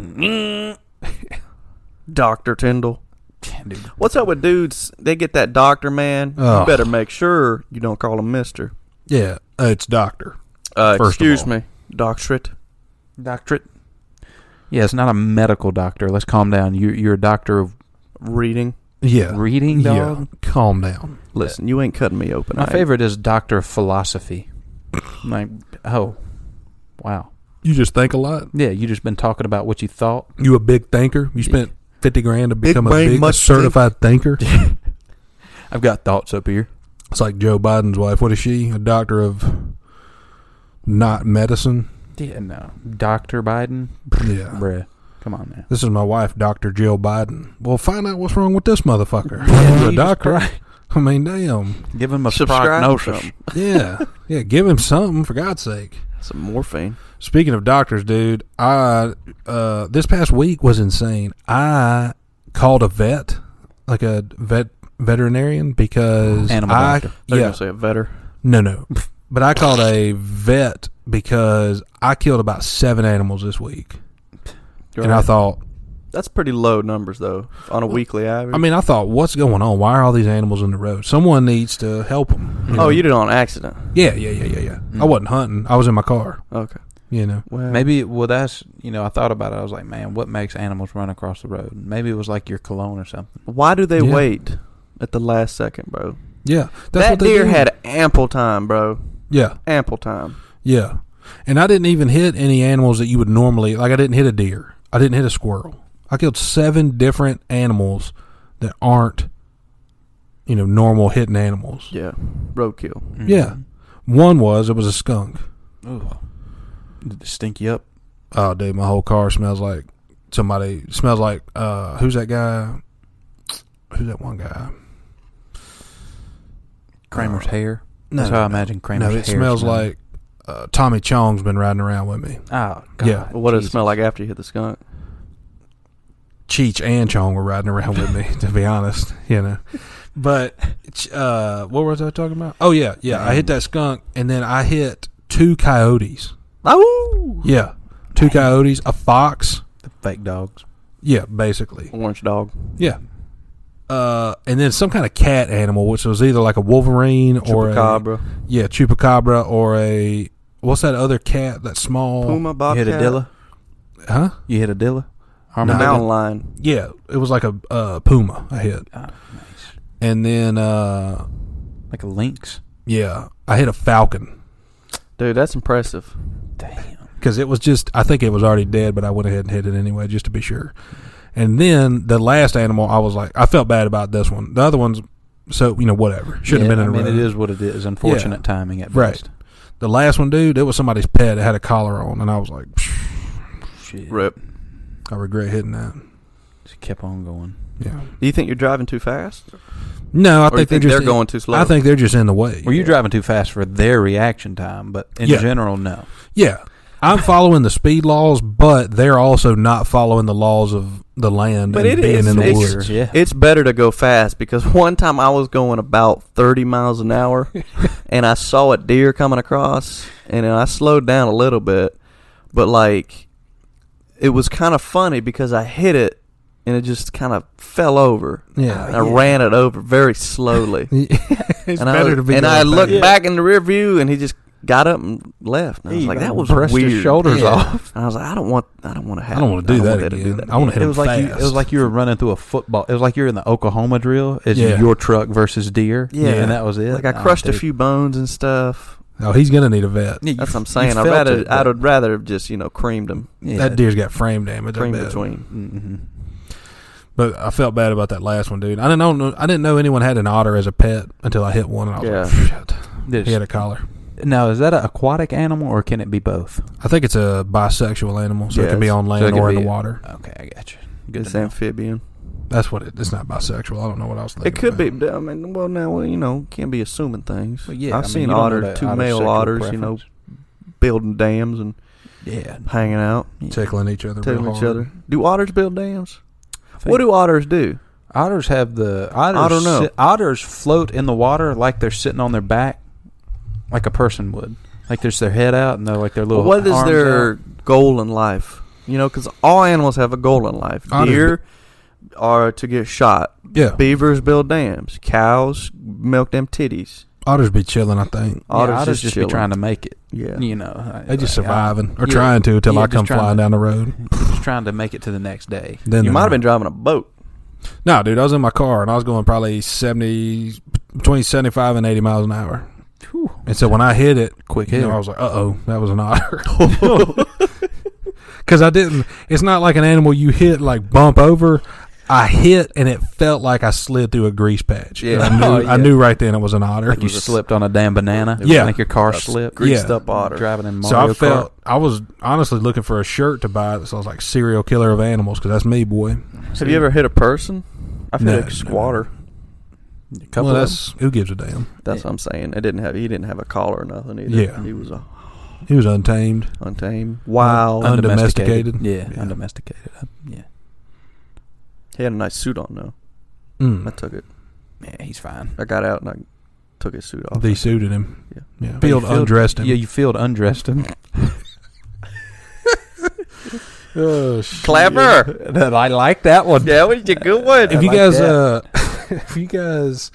B: Doctor Tyndall.
C: Dude,
B: What's up with dudes? They get that doctor man.
A: Ugh.
B: You better make sure you don't call him Mister.
A: Yeah, uh, it's doctor.
B: Uh,
A: First of
B: excuse
A: all.
B: me, doctorate.
C: doctorate. Yeah, it's not a medical doctor. Let's calm down. You you're a doctor of
B: Reading.
A: Yeah.
C: reading, dog.
A: Uh, Yeah. Calm down.
B: Listen, you ain't cutting me open.
C: My
B: I-
C: favorite is Doctor of Philosophy. I'm like, oh, wow.
A: You just think a lot.
C: Yeah, you just been talking about what you thought.
A: You a big thinker. You spent fifty grand to become a
B: brain
A: big a
B: must
A: certified thinker.
C: I've got thoughts up here.
A: It's like Joe Biden's wife. What is she? A doctor of not medicine.
C: Yeah, no, Doctor Biden,
A: Yeah.
C: bruh, come on now.
A: This is my wife, Doctor Jill Biden. Well, find out what's wrong with this motherfucker.
C: Yeah,
A: You're a
C: Jesus
A: doctor.
C: Christ.
A: I mean, damn.
C: Give him a
B: Subscribe to
C: prognosis.
B: something.
A: Yeah, yeah. Give him something for God's sake.
B: Some morphine.
A: Speaking of doctors, dude, I uh, this past week was insane. I called a vet, like a vet veterinarian, because
C: Animal
A: I
C: doctor.
B: They're
A: yeah
B: gonna say a vetter.
A: no no, but I called a vet because I killed about seven animals this week, and I
B: Right.
A: thought,
B: That's pretty low numbers though on a weekly average.
A: I mean, I thought, what's going on? Why are all these animals in the road? Someone needs to help them.
B: oh, you did it on accident.
A: Yeah, yeah, yeah, yeah, yeah.
C: Mm.
A: I wasn't hunting. I was in my car.
B: Okay.
A: You know.
B: Well,
C: Maybe well, that's you know, I thought about it. I was like, man, what makes animals run across the road? Maybe it was like your cologne or something.
B: Why do they
A: Yeah.
B: wait at the last second, bro?
A: Yeah,
B: that
A: they
B: deer
A: do.
B: had ample time, bro.
A: Yeah,
B: Ample time.
A: Yeah. And I didn't even hit any animals that you would normally like I didn't hit a deer. I didn't hit a squirrel. I killed seven different animals that aren't you know normal hitting animals.
B: Yeah. Roadkill.
A: Yeah. One was it was a skunk.
C: Ooh. Did it stink you up?
A: Oh dude, my whole car smells like somebody smells like uh who's that guy? Who's that one guy?
C: Kramer's
A: Uh,
C: hair.
A: No,
C: That's how I imagine Kramer's
A: no,
C: hair.
A: it smells
C: smelled.
A: like uh, Tommy Chong's been riding around with me.
C: Oh God.
A: Yeah.
B: Well, what does it
C: Jesus.
B: smell like after you hit the skunk?
A: Cheech and Chong were riding around with me, to be honest, you know. But uh, what was I talking about? Oh yeah, yeah. I hit that skunk, and then I hit two coyotes.
B: Oh,
A: Yeah, two coyotes, a fox.
C: The fake dogs.
A: Yeah, basically.
B: orange dog.
A: Yeah. Uh, and then some kind of cat animal, which was either like a wolverine or a
B: Chupacabra.
A: yeah chupacabra or a what's that other cat that small
B: Puma,
C: you
B: bobcat.
C: hit a dilla.
A: huh?
C: You hit a dilla.
B: The
A: No.
B: mountain lion.
A: Yeah, it was like a uh, puma. I hit,
C: Oh, nice.
A: and then uh,
C: Like a lynx.
A: yeah, I hit a falcon.
B: Dude, that's impressive.
C: Damn.
A: because it was just I think it was already dead, but I went ahead and hit it anyway just to be sure. And then the last animal, I was like, I felt bad about this one. The other ones, so you know, whatever should
C: Yeah,
A: have been in
C: I
A: the
C: mean,
A: road.
C: it is what it is. Unfortunate timing at
A: Right.
C: best.
A: The last one, dude, it was somebody's pet. It had a collar on, and I was like, "Psh,
C: Shit.
B: Rip.
A: I regret hitting that.
C: Just kept on going.
A: Yeah,
B: Do you think you're driving too fast?
A: no, I
B: or you
A: think,
B: think
A: they're just
B: they're going too slow?
A: I think they're just in the way.
C: Well, you're driving too fast for their reaction time, but in
A: Yeah.
C: general, no.
A: yeah, I'm following the speed laws, but they're also not following the laws of the land
B: But
A: and
B: it
A: being
B: is-
A: in the
B: it's-
A: woods.
C: Yeah.
B: It's better to go fast because one time I was going about 30 miles an hour and I saw a deer coming across and then I slowed down a little bit. But like it was kind of funny because I hit it and it just kind of fell over.
A: Oh, Yeah.
B: And I ran it over very slowly.
A: it's
B: and I,
A: better
B: was-
A: to be.
B: and I
A: going
B: looked
A: fast.
B: back in the rear view and he just got up and left. And I was
C: He
B: like that was
C: brushed
B: weird.
C: his shoulders
A: Yeah.
C: off.
B: And I was like I don't want I don't want to have
A: I don't want to do that
B: want
A: again.
B: them that
A: I want to hit
C: It was
A: them
C: like you,
A: fast.
C: it was like you were running through a football. It was like you're in the Oklahoma drill. It's
A: Yeah.
C: your truck versus deer.
B: Yeah.
C: and that was it.
B: Like I
C: Oh,
B: crushed a
C: dude.
B: few bones and stuff.
A: oh, he's gonna need a vet.
C: Yeah, you
B: That's
C: f-
B: what I'm
C: you
B: saying. I'd
C: felt
B: rather
C: it,
B: I'd
C: but-
B: have rather have just you know creamed him,
C: yeah.
A: That deer's got frame damage. I
B: creamed
A: bet.
B: between.
C: Mhm.
A: But I felt bad about that last one, dude. I didn't know I didn't know anyone had an otter as a pet until I hit one, and I was like, shit.
C: This-
A: He had a collar.
C: Now, is that an aquatic animal or can it be both?
A: I think it's a bisexual animal, so it
B: Yeah,
A: can be
B: it's-
A: on
B: so it
A: land
B: can
A: or in
B: be-
A: the water.
C: Okay, I got you. Good.
B: It's
C: to know.
B: amphibian.
A: That's what it. It's not bisexual. I don't know what else.
B: It could be. I mean, well, now well, you know can't be assuming things.
C: uh, Well, yeah, I
B: I've
C: mean, you
B: seen
C: don't know
B: otter,
C: that
B: two
C: otter's
B: male
C: sexual
B: otters, you know, building dams and
C: Yeah.
B: hanging out,
A: tickling each other.
B: telling
A: real
B: each
A: hard.
B: other. Do otters build dams?
C: I think
B: What do otters do?
C: otters have the otters?
B: don't know.
C: sit- otters float in the water like they're sitting on their back, like a person would. Like there's their head out and they're like their little.
B: What is
C: arms
B: their
C: out.
B: goal in life? You know, because all animals have a goal in life.
A: Otters
B: Deer are to get shot.
A: Yeah.
B: Beavers build dams. Cows milk them titties.
A: Otters be chilling, I think.
B: Otters
C: yeah,
B: just
C: just be
B: chilling.
C: trying to make it.
B: Yeah.
C: You know,
A: They just
C: like, I-
A: surviving or
C: yeah,
A: trying to until
C: yeah,
A: I
C: just
A: come
C: trying
A: flying
C: to-
A: down the road.
C: just trying to make it to the next day.
A: Then
B: You
A: they're
B: might have
A: not.
B: been driving a boat.
A: No, dude, I was in my car and I was going probably 70, between 75 and 80 miles an hour.
C: Whew.
A: And so when I hit it,
C: Quick
A: you
C: hit.
A: know, I was like, uh oh, that was an otter. Because I didn't, it's not like an animal you hit, like bump over. I hit and it felt like I slid through a grease patch.
B: Yeah.
A: And I, knew,
B: Oh,
A: I
B: yeah.
A: knew right then it was an otter.
C: like you
B: was a-
C: slipped on a damn banana.
A: Yeah.
C: like your car
B: A
C: slipped.
B: greased
A: Yeah.
B: up otter.
C: Driving in
A: so
C: Mario
A: I felt, I was honestly looking for a shirt to buy. So I was like, serial killer of animals, because that's me, boy.
C: Kart.
B: Have you ever hit a person? I've
A: No,
B: hit
A: no.
B: a squatter.
C: A couple
A: well,
C: of
A: that's, who gives a damn?
B: That's
C: Yeah.
B: what I'm saying. It didn't have. He didn't have a collar or nothing either.
A: Yeah.
B: He was a
A: He was untamed.
B: untamed, wild.
A: Un-
C: them.
A: Undomesticated.
C: Yeah,
A: Yeah.
C: undomesticated. Uh, Yeah,
B: he had a nice suit on though. I
A: Mm.
B: took it.
C: yeah, he's fine.
B: I got out and I took his suit off.
A: They suited him.
B: Yeah.
A: Yeah.
C: But you
A: Field undressed him.
C: Yeah, you feel undressed him.
A: Oh,
B: Clever.
C: That- I like that one.
B: Yeah, was a good one.
A: if
C: I
A: you
C: like
A: guys,
C: that.
A: uh, if you guys,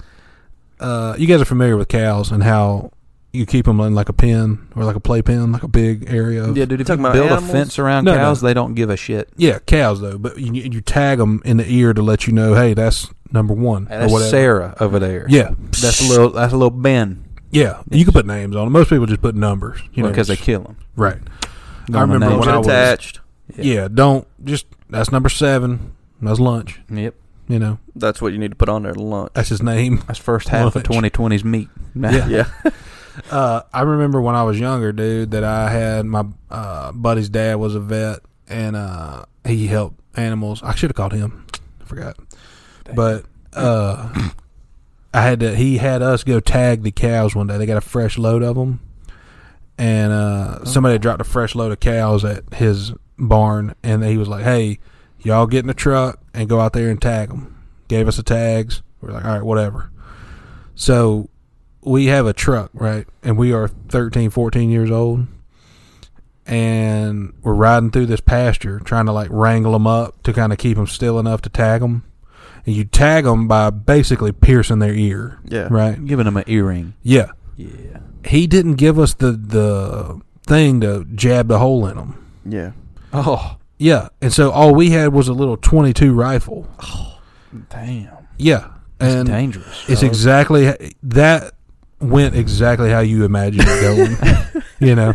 A: uh, you guys are familiar with cows and how you keep them in like a pen or like a play pen, like a big area of
C: Yeah, dude. If you
B: Talking about
C: build
B: animals?
C: a fence around
A: No, no.
C: cows, they don't give a shit.
A: Yeah, cows though. But you you tag them in the ear to let you know, hey, that's number one
C: Hey,
A: or
C: That's
A: whatever.
C: Sarah over there.
A: Yeah,
C: that's a little. That's a little Ben
A: yeah. You can put names on it. Most people just put numbers, you know,
C: because they
A: just-
C: kill him.
A: right.
C: Don't
A: I remember
C: know.
B: Don't
A: when
B: get
A: I was
B: attached.
A: Yeah. don't just that's number seven. That's lunch.
C: Yep.
A: You know,
B: That's what you need to put on there. Lunch.
A: that's his name.
C: That's first half of
A: Lunch.
C: 2020's meat.
A: Yeah.
B: Yeah.
A: Uh, I remember when I was younger, dude, that I had my uh, buddy's dad was a vet and uh, he helped animals. I should have called him. I forgot. But uh, I had to, he had us go tag the cows one day. They got a fresh load of them. And uh, somebody dropped a fresh load of cows at his barn. And he was like, hey, y'all get in the truck and go out there and tag them. Gave us the tags. We're like, all right, whatever. So we have a truck, right? And we are 13, 14 years old. And we're riding through this pasture trying to like wrangle them up to kind of keep them still enough to tag them. And you tag them by basically piercing their ear,
B: Yeah.
A: right?
C: giving him an earring.
A: Yeah.
C: Yeah.
A: He didn't give us the, the thing to jab the hole in them.
B: Yeah.
C: Oh,
A: Yeah. And so all we had was a little 22 rifle.
C: damn.
A: Yeah.
C: That's
A: And
C: dangerous.
A: It's
C: dog.
A: exactly that went exactly how you imagined it going. you know,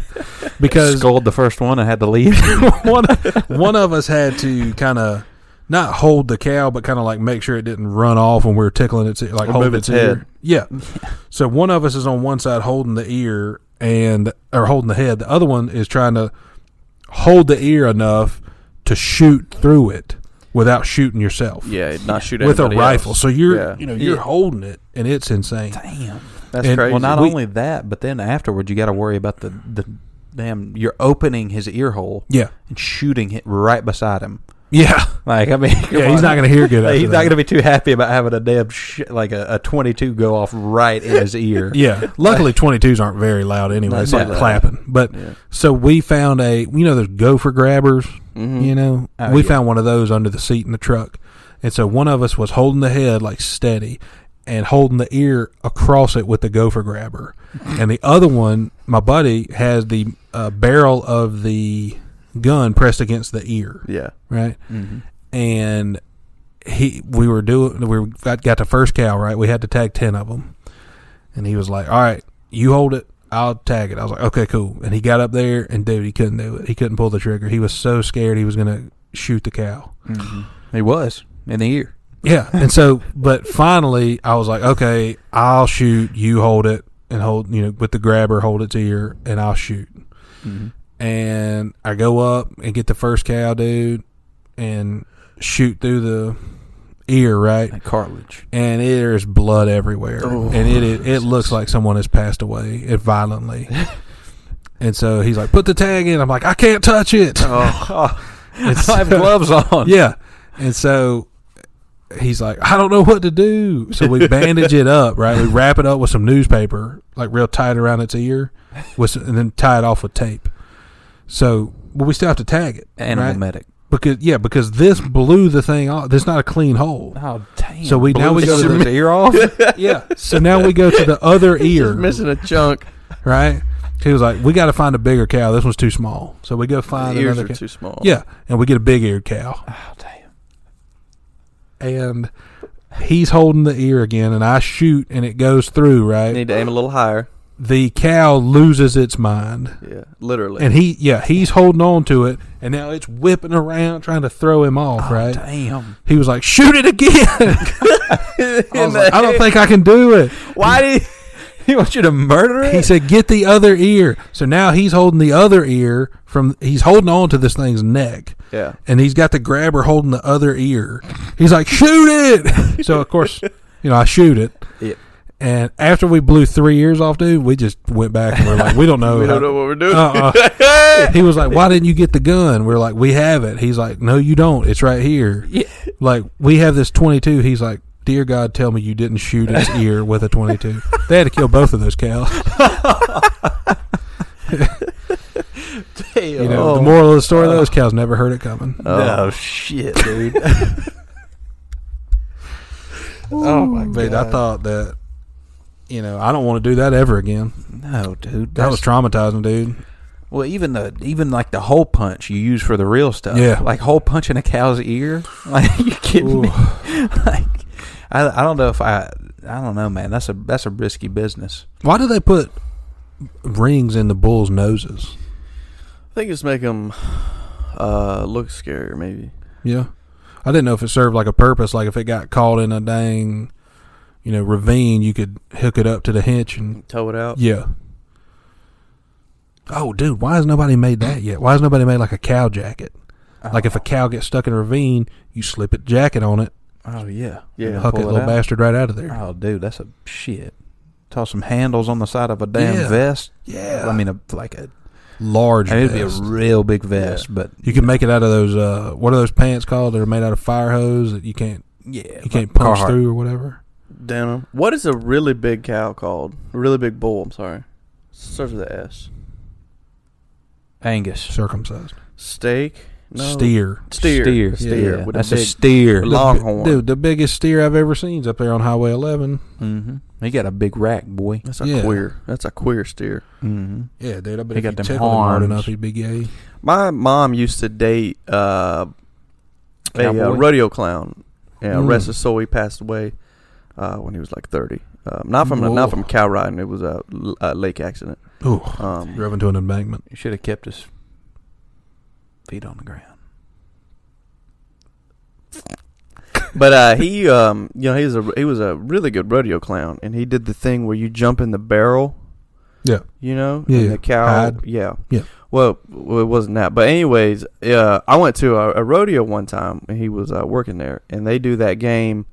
A: because
C: scolded the first one and had to leave.
A: one one of us had to kind of not hold the cow, but kind of like make sure it didn't run off when we were tickling its like
B: Or
A: hold
B: move
A: its,
B: its
A: ear.
B: head.
A: Yeah. So one of us is on one side holding the ear and or holding the head. The other one is trying to hold the ear enough to shoot through it without shooting yourself.
B: Yeah. it'd Not shoot
A: With a
B: anybody else.
A: rifle, so you're
B: Yeah.
A: you know you're
C: Yeah.
A: holding it, and it's insane.
C: Damn.
B: That's
A: And-
B: crazy.
C: Well, not
A: We-
C: only that, but then afterwards, you got to worry about the the damn. You're opening his ear hole
A: Yeah,
C: and shooting it right beside him.
A: yeah.
C: Like I mean, come
A: Yeah, he's
C: on.
A: not going to hear good.
C: Like,
A: After
C: he's
A: that.
C: not going to be too happy about having a damn sh- like a, a 22 go off right in his ear.
A: Yeah, luckily twenty twos aren't very loud anyway. It's
C: No,
A: like
C: no.
A: clapping. But
B: Yeah.
A: so we found a you know those gopher grabbers.
B: Mhm.
A: You know
C: Oh,
A: we
C: yeah.
A: found one of those under the seat in the truck, and so one of us was holding the head like steady, and holding the ear across it with the gopher grabber, and the other one, my buddy, has the uh, barrel of the gun pressed against the ear.
B: Yeah.
A: Right.
C: Mhm.
A: and he we were doing we were- got got the first cow right. We had to tag ten of them, and he was like, "All right, you hold it, I'll tag it." I was like, "Okay, cool." And he got up there, and dude, he couldn't do it. He couldn't pull the trigger. He was so scared he was gonna shoot the cow.
C: Mhm. He was in the ear.
A: Yeah, and so but finally, I was like, "Okay, I'll shoot. You hold it and hold you know with the grabber, hold its ear, and I'll shoot." Mm-hmm.
C: Mhm.
A: and I go up and get the first cow, dude, and shoot through the ear, right?
C: That cartilage.
A: And there's blood everywhere,
B: Oh.
A: and it, it it looks like someone has passed away it violently. and so he's like, "Put the tag in." I'm like, "I can't touch it." It's-
C: Oh, I have gloves on.
A: yeah, and so. He's like, I don't know what to do. So we bandage it up, right? We wrap it up with some newspaper, like real tight around its ear, with, some- and then tie it off with tape. So, but we still have to tag it.
C: Animal
A: right?
C: medic.
A: Because yeah, because this blew the thing off. There's not a clean hole.
C: Oh damn! Damn.
A: So we- now we
C: blew
A: go to
C: someone's ear off.
A: yeah. So now we go to the other
B: He's
A: ear,
B: missing a chunk.
A: right? He was like, "We got to find a bigger cow. This one's too small." So we go
B: The
A: find
B: ears
A: another
B: are
A: cow.
B: too small.
A: Yeah, and we get a big-eared cow,
C: Oh damn.
A: and he's holding the ear again, and I shoot, and it goes through.
B: You
A: Right,
B: need to aim a little higher.
A: the cow loses its mind.
B: Yeah, literally.
A: And he, yeah, he's holding on to it, and now it's whipping around trying to throw him off.
C: Oh,
A: right?
C: Damn.
A: He was like, "Shoot it again!" I was like, "I don't think I can do it."
B: Why did he,
C: He wants you to murder it.
A: He said, "Get the other ear." So now he's holding the other ear from. He's holding on to this thing's neck,
B: Yeah.
A: and he's got the grabber holding the other ear. He's like, "Shoot it!" so of course, you know, I shoot it.
C: Yeah.
A: And after we blew three ears off, dude, we just went back and we're like, "We don't know."
B: We
A: how-
B: don't know what we're doing.
A: Oh, Uh-uh. he was like, "Why didn't you get the gun?" We're like, "We have it." He's like, "No, you don't. It's right here."
C: Yeah.
A: Like we have this 22. He's like, "Dear God, tell me you didn't shoot its ear with a 22." They had to kill both of those cows. You know, the moral of the story: those cows never heard it coming.
B: Oh.
C: No shit, dude. oh my
A: But I thought that, you know, I don't want to do that ever again.
C: no, dude.
A: That was traumatizing, dude.
C: well, even the even like the hole punch you use for the real stuff.
A: Yeah.
C: like hole punching a cow's ear. Like you kidding me? like I, I don't know if I I don't know, man. That's a that's a risky business.
A: Why do they put rings in the bulls' noses?
B: I think it's make him uh, look scarier, maybe.
A: Yeah. I didn't know if it served like a purpose, like if it got caught in a dang, you know, ravine, you could hook it up to the hitch and
B: Toe it out.
A: yeah. Oh, dude, why has nobody made that yet? Why has nobody made like a cow jacket? Like if a cow gets stuck in a ravine, you slip a jacket on it,
C: oh yeah
B: Yeah.
C: And
A: huck
C: pull
A: it,
C: it
A: little
C: out.
A: bastard right out of there.
C: Oh dude, that's a shit. Toss some handles on the side of a damn
A: Yeah.
C: vest.
A: Yeah.
C: I mean a like a
A: Large.
C: I mean, it'd be a
A: vest.
C: real big vest, but
A: you can make it out of those. Uh, what are those pants called that are made out of fire hose that you can't
C: yeah,
A: you can't punch
C: Carhartt.
A: through or whatever?
B: Damn him. What is a really big cow called? A really big bull, I'm sorry. Starts with the S.
C: Angus.
A: Circumcised
B: Steak? No.
A: steer.
B: Steer.
C: Steer.
B: Steer
C: Yeah,
B: with a
C: that's a,
B: big-
C: steer.
B: Lo- Longhorn.
A: dude. The biggest steer I've ever seen's up there on Highway 11.
C: hmm He got a big rack, boy.
B: That's a
A: Yeah.
B: queer. That's a queer steer.
C: Mm-hmm.
A: Yeah, dude. I bet
C: He
A: if
C: got
A: you
C: them
A: tickled him hard
C: arms.
A: enough, he'd be gay.
B: My mom used to date uh, a uh,
C: Cowboy?
B: rodeo clown. Yeah,
A: Mm.
B: rest his soul. He passed away uh, when he was like thirty. Um, not from
A: Whoa.
B: not from cow riding. It was a, l- a lake accident.
A: Ooh,
B: Um,
A: drove into an embankment.
C: He should have kept his feet on the ground.
B: but uh, he, um, you know, he was a he was a really good rodeo clown, and he did the thing where you jump in the barrel.
A: Yeah.
B: You know,
A: Yeah,
B: and
A: yeah.
B: the cow.
A: Hide.
B: Yeah,
A: Yeah.
B: Well, well, it wasn't that, but anyways, uh, I went to a, a rodeo one time, and he was uh, working there, and they do that game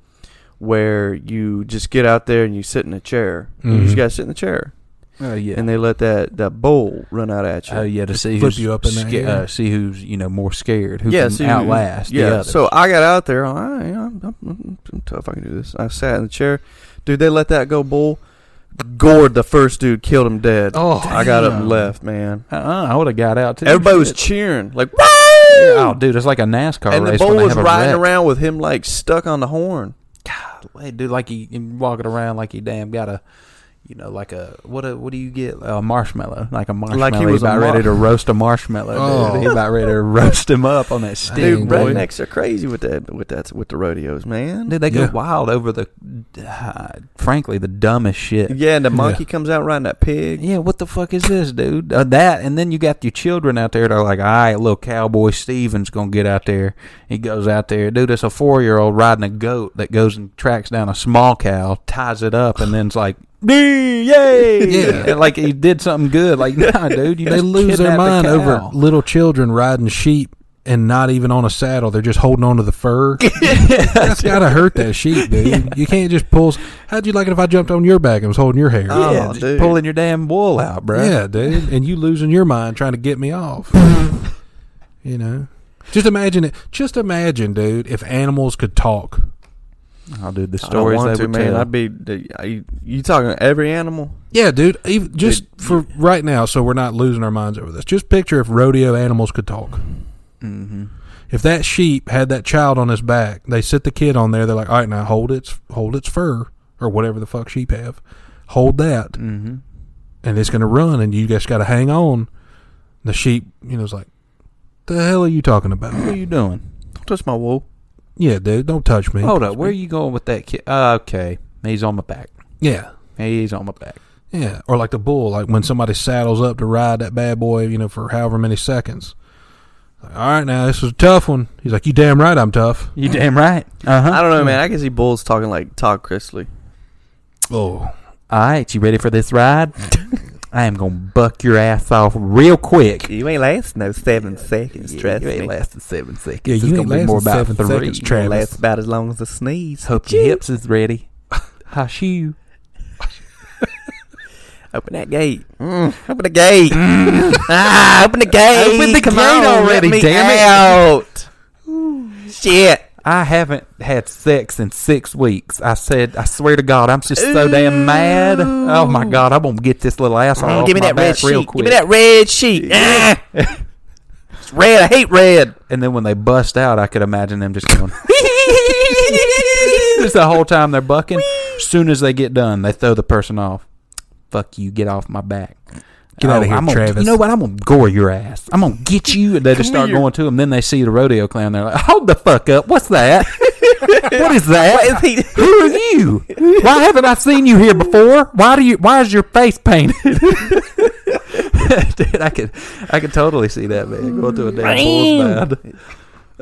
B: where you just get out there and you sit in a chair. You
A: Mhm.
B: just gotta sit in the chair,
C: Oh yeah.
B: and they let that that bull run out at you.
C: Oh yeah, to see
A: flip
C: who's
A: you up in the
C: sca-
A: air.
C: uh, see who's you know more scared, who can
B: so you-
C: outlast
B: Yeah,
C: the other.
B: so I got out there. I'm, like, "All right, you know, I'm, I'm- I'm tough. I can do this. I sat in the chair. Dude, they let that go. Bull gored the first dude, killed him dead.
A: Oh,
B: I got up and
C: damn.
B: left, man.
C: uh-uh, I would have got out too.
B: Everybody was
C: Shit.
B: cheering, like, "Woo!"
C: Yeah, oh, dude, it's like a NASCAR
B: and the
C: race.
B: bull
C: when they
B: was
C: have a
B: riding
C: wreck.
B: around with him like stuck on the horn.
C: Hey, dude, like he, he walking around like he damn got a, you know, like a what? A, what do you get? A marshmallow, like a marshmallow.
B: Like he was a
C: about
B: mar-
C: ready to roast a marshmallow.
A: Oh.
C: Dude. He about ready to roast him up on that stick.
A: Dang,
B: Dude,
A: boy.
B: rednecks are crazy with that, with that, with the rodeos, man.
C: Dude, they go
A: Yeah.
C: wild over the, uh, frankly, the dumbest shit.
B: Yeah, and the monkey comes out riding that pig.
C: Yeah, what the fuck is this, dude? Uh, that, and then you got your children out there. They're like, all right, little cowboy Steven's gonna get out there. He goes out there, dude. It's a four-year-old riding a goat that goes and tracks down a small cow, ties it up, and then's like, "Dee, yay!
A: Yeah.
C: And like he did something good. Like, nah, dude, you
A: They
C: just
A: lose their
C: kidnapped
A: mind
C: a cow.
A: over little children riding sheep and not even on a saddle. They're just holding on to the fur. That's gotta hurt that sheep, dude. You can't just pull. s- How'd you like it if I jumped on your back and was holding your hair?
B: Oh,
C: Yeah, just
B: dude.
C: pulling your damn wool out, bro.
A: Yeah, dude. And you losing your mind trying to get me off. you know? Just imagine it. Just imagine, dude, if animals could talk.
C: Oh, dude, the
B: I don't
C: stories
B: want
C: they
B: to,
C: would
B: man.
C: tell.
B: I'd be. I- You talking every animal?
A: Yeah, dude. Even just for right now, so we're not losing our minds over this. Just picture if rodeo animals could talk.
C: mm-hmm.
A: If If that sheep had that child on his back, they sit the kid on there. They're like, all right, now hold its hold its fur or whatever the fuck sheep have. Hold that,
C: Mm-hmm.
A: and it's gonna run, and you just gotta hang on. The sheep, you know, is like, the hell are you talking
C: What are
A: about?
C: you doing?
B: Don't touch my wool.
A: yeah, dude, don't touch me.
C: Hold up. Where are you going with that kid? Uh, okay. He's on my back.
A: Yeah.
C: He's on my back.
A: Yeah, or like the bull, like when somebody saddles up to ride that bad boy, you know, for however many seconds. Like, All right, now this is a tough one. He's like, "You damn right, I'm tough."
C: You damn right. Uh huh.
B: I don't know, man. I can see bulls talking like Todd Chrisley.
A: Oh,
C: All right. You ready for this ride? I am gonna buck your ass off real quick.
B: You ain't last no seven seconds,
C: Yeah, you ain't lasting seven seconds.
A: Yeah,
C: it's
A: you ain't
C: gonna be
A: lasting
C: more about
A: seven
C: three.
A: seconds, Travis. Last
B: about as long as a sneeze.
C: Hope your hips is ready. Hush you.
B: Open that gate. Open the gate. ah, open the gate.
C: Mm. Open the
B: Come
C: gate
B: on, let
C: already,
B: me
C: damn it.
B: out. Shit.
C: I haven't had sex in six weeks. I said, I swear to God, I'm just so damn mad. Oh my God, I'm gonna get this little asshole.
B: Oh,
C: off
B: give me
C: my
B: that red
C: back real
B: sheet. Give
C: quick.
B: me that red sheet. Ah. it's red. I hate red.
C: And then when they bust out, I could imagine them just going. Just the whole time they're bucking. Soon as they get done, they throw the person off. Fuck you! Get off my back. Oh,
A: Get outta here,
C: I'm gonna-
A: Travis.
C: You know what? I'm gonna gore your ass. I'm gonna get you. And they just start going to him. Then they see the rodeo clown. They're like, "Hold the fuck up! What's that? what is that?
B: What is he-
C: Who are you? Why haven't I seen you here before? Why do you? Why is your face painted?" Dude, I could, I could totally see that man going to a damn bull's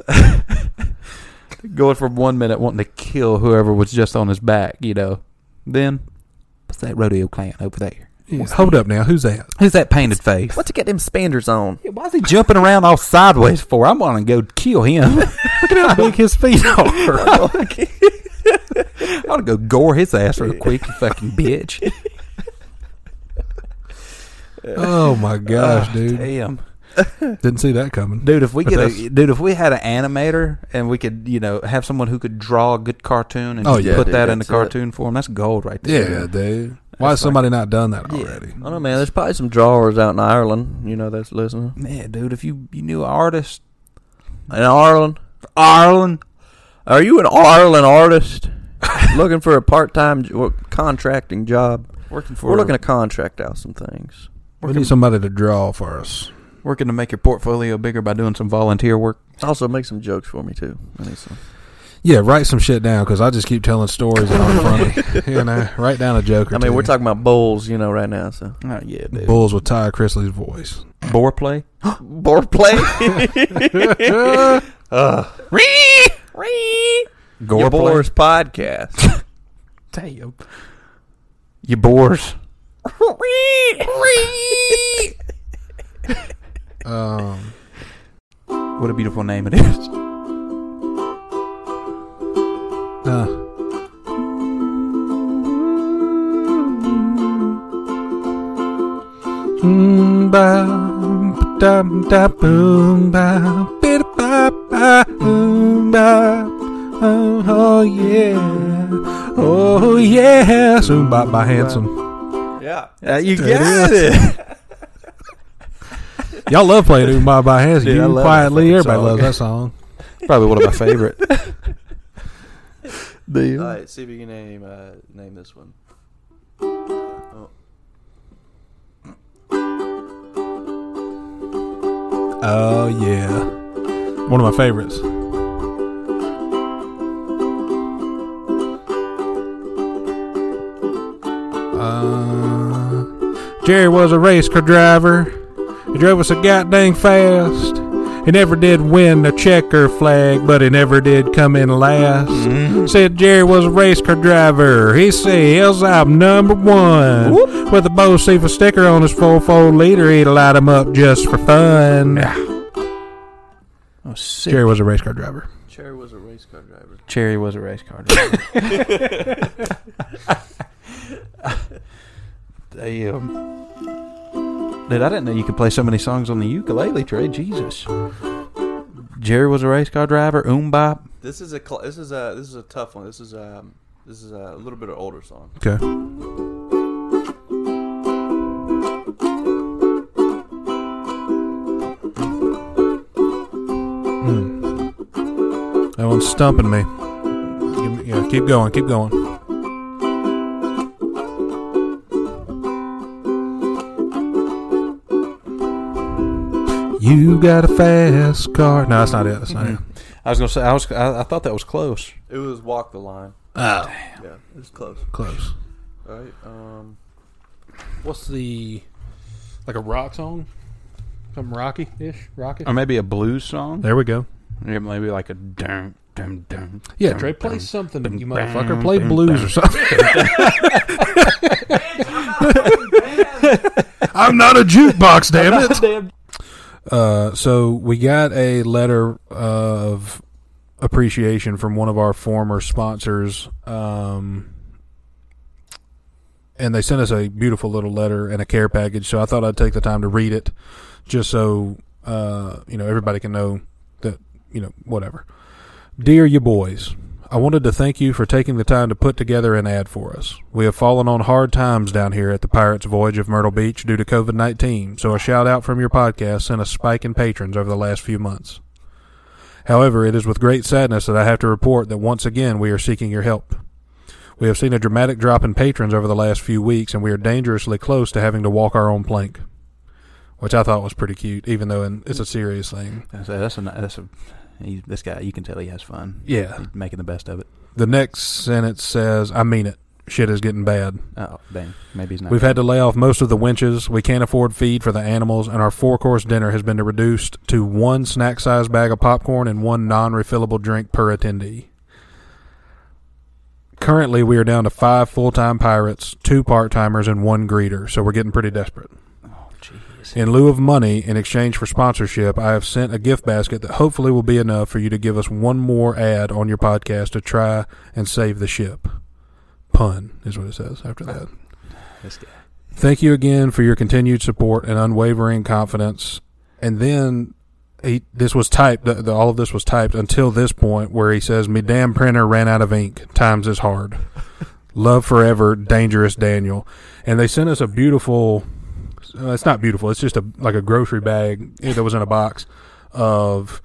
C: mound, going from one minute wanting to kill whoever was just on his back, you know. Then what's that rodeo clown over there?
A: yeah. hold up now, who's that?
C: Who's that painted face?
B: What to get them spanders on?
C: Yeah, Why is he jumping around all sideways for? I'm gonna go kill him. Look at how big his feet are. I ought to go gore his ass real quick, you fucking bitch.
A: Oh my gosh,
C: Ah,
A: dude,
C: Damn.
A: didn't see that coming.
C: Dude, if we
A: But
C: get a,
A: that's-
C: dude, if we had an animator and we could, you know, have someone who could draw a good cartoon and
A: Oh,
C: just
A: yeah,
C: put
B: dude,
C: that in the
B: that's it.
C: cartoon form, that's gold right there.
A: Yeah, dude. Why has
C: That's like-
A: somebody not done that
C: Yeah.
A: already?
B: I don't know, man. There's probably some drawers out in Ireland. You know, that's listening.
C: Man, dude, if you you knew an artist,
B: In Ireland,
C: Ireland,
B: are you an Ireland artist looking for a part-time j- what, contracting job?
C: working for
B: We're looking to contract out some things.
A: We need somebody to draw for us.
C: working to make your portfolio bigger by doing some volunteer work.
B: Also, make some jokes for me too. I need some.
A: Yeah, write some shit down because I just keep telling stories that aren't funny. you know, write down a joke. Or
B: I mean,
A: two.
B: we're talking about bowls, you know, right now. So
C: Oh yeah, dude.
A: bulls with Ty Chrisley's voice.
C: Boar play.
B: board play. Uh, Your Boars podcast.
C: Damn. You boars.
A: Um,
C: What a beautiful name it is.
A: uh, Mm, ba, dum, da, boom, ba, bidi, ba, ba, boom, ba. Oh, oh, yeah, oh yeah, zoom bop by handsome.
B: yeah.
C: you
A: There it Uh, got Y'all love playing zoom bop by handsome.
C: Dude, I
A: you
C: love that
A: quietly,
C: fucking
A: everybody
C: song.
A: loves that song.
C: Probably one of my favorite.
B: All right. See if you can name uh, name this one.
A: Oh yeah, one of my favorites. Uh, Jerry was a race car driver. He drove us a goddamn fast. He never did win the checker flag, but he never did come in last.
C: Mm-hmm.
A: Said Jerry was a race car driver. He says I'm number one. With a Bo Seifa sticker on his 4-4 liter, he'd light him up just for fun.
C: Oh, sick.
A: Jerry was a race car driver.
B: Cherry was a race car driver.
C: Cherry was a race car driver. Damn. um, Dude, I didn't know you could play so many songs on the ukulele, Trey. Jesus. Jerry was a race car driver. Oom bop.
B: This is a cl- this is a this is a tough one. This is um this is a little bit of older song.
A: Okay. Mm. That one's stumping me. Give me- yeah, keep going, keep going. You got a fast car. No, that's not it. That's not it.
C: I was gonna say I was I, I thought that was close.
B: It was walk the line.
A: Oh,
B: Yeah, it was close.
A: close.
B: All right. Um,
A: What's the like a rock song? Something rocky ish, rocky.
C: Or maybe a blues song.
A: There we go.
C: Yeah, maybe like a dun dun dun.
A: Yeah,
C: dun,
A: Trey,
C: dun.
A: play something,
C: dun,
A: you
C: dun,
A: motherfucker. Play
C: dun,
A: blues
C: dun.
A: or something. I'm not a jukebox, damn it. Uh, so we got a letter of appreciation from one of our former sponsors, um, and they sent us a beautiful little letter and a care package. So I thought I'd take the time to read it, just so uh, you know everybody can know that you know whatever. Dear you boys, I wanted to thank you for taking the time to put together an ad for us. We have fallen on hard times down here at the Pirates Voyage of Myrtle Beach due to COVID 19, so a shout out from your podcast sent a spike in patrons over the last few months. However, it is with great sadness that I have to report that once again we are seeking your help. We have seen a dramatic drop in patrons over the last few weeks, and we are dangerously close to having to walk our own plank. Which I thought was pretty cute, even though in, it's a serious thing.
C: I said, that's a ni- that's a he, this guy. You can tell he has fun.
A: Yeah.
C: He's making the best of it.
A: The next sentence says, I mean it. Shit is getting bad.
C: Oh dang, maybe he's not.
A: We've had to lay off most of the winches. We can't afford feed for the animals, and our four course dinner has been reduced to one snack sized bag of popcorn and one non refillable drink per attendee. Currently, we are down to five full time pirates, two part timers, and one greeter, so we're getting pretty desperate.
C: Oh jeez.
A: In lieu of money, in exchange for sponsorship, I have sent a gift basket that hopefully will be enough for you to give us one more ad on your podcast to try and save the ship. Pun is what it says after that.
C: This guy.
A: Thank you again for your continued support and unwavering confidence. And then he, this was typed. The, the, all of this was typed until this point, where he says, "Me damn printer ran out of ink. Times is hard. Love forever, dangerous Daniel." And they sent us a beautiful. Uh, it's not beautiful. It's just a like a grocery bag eh, that was in a box of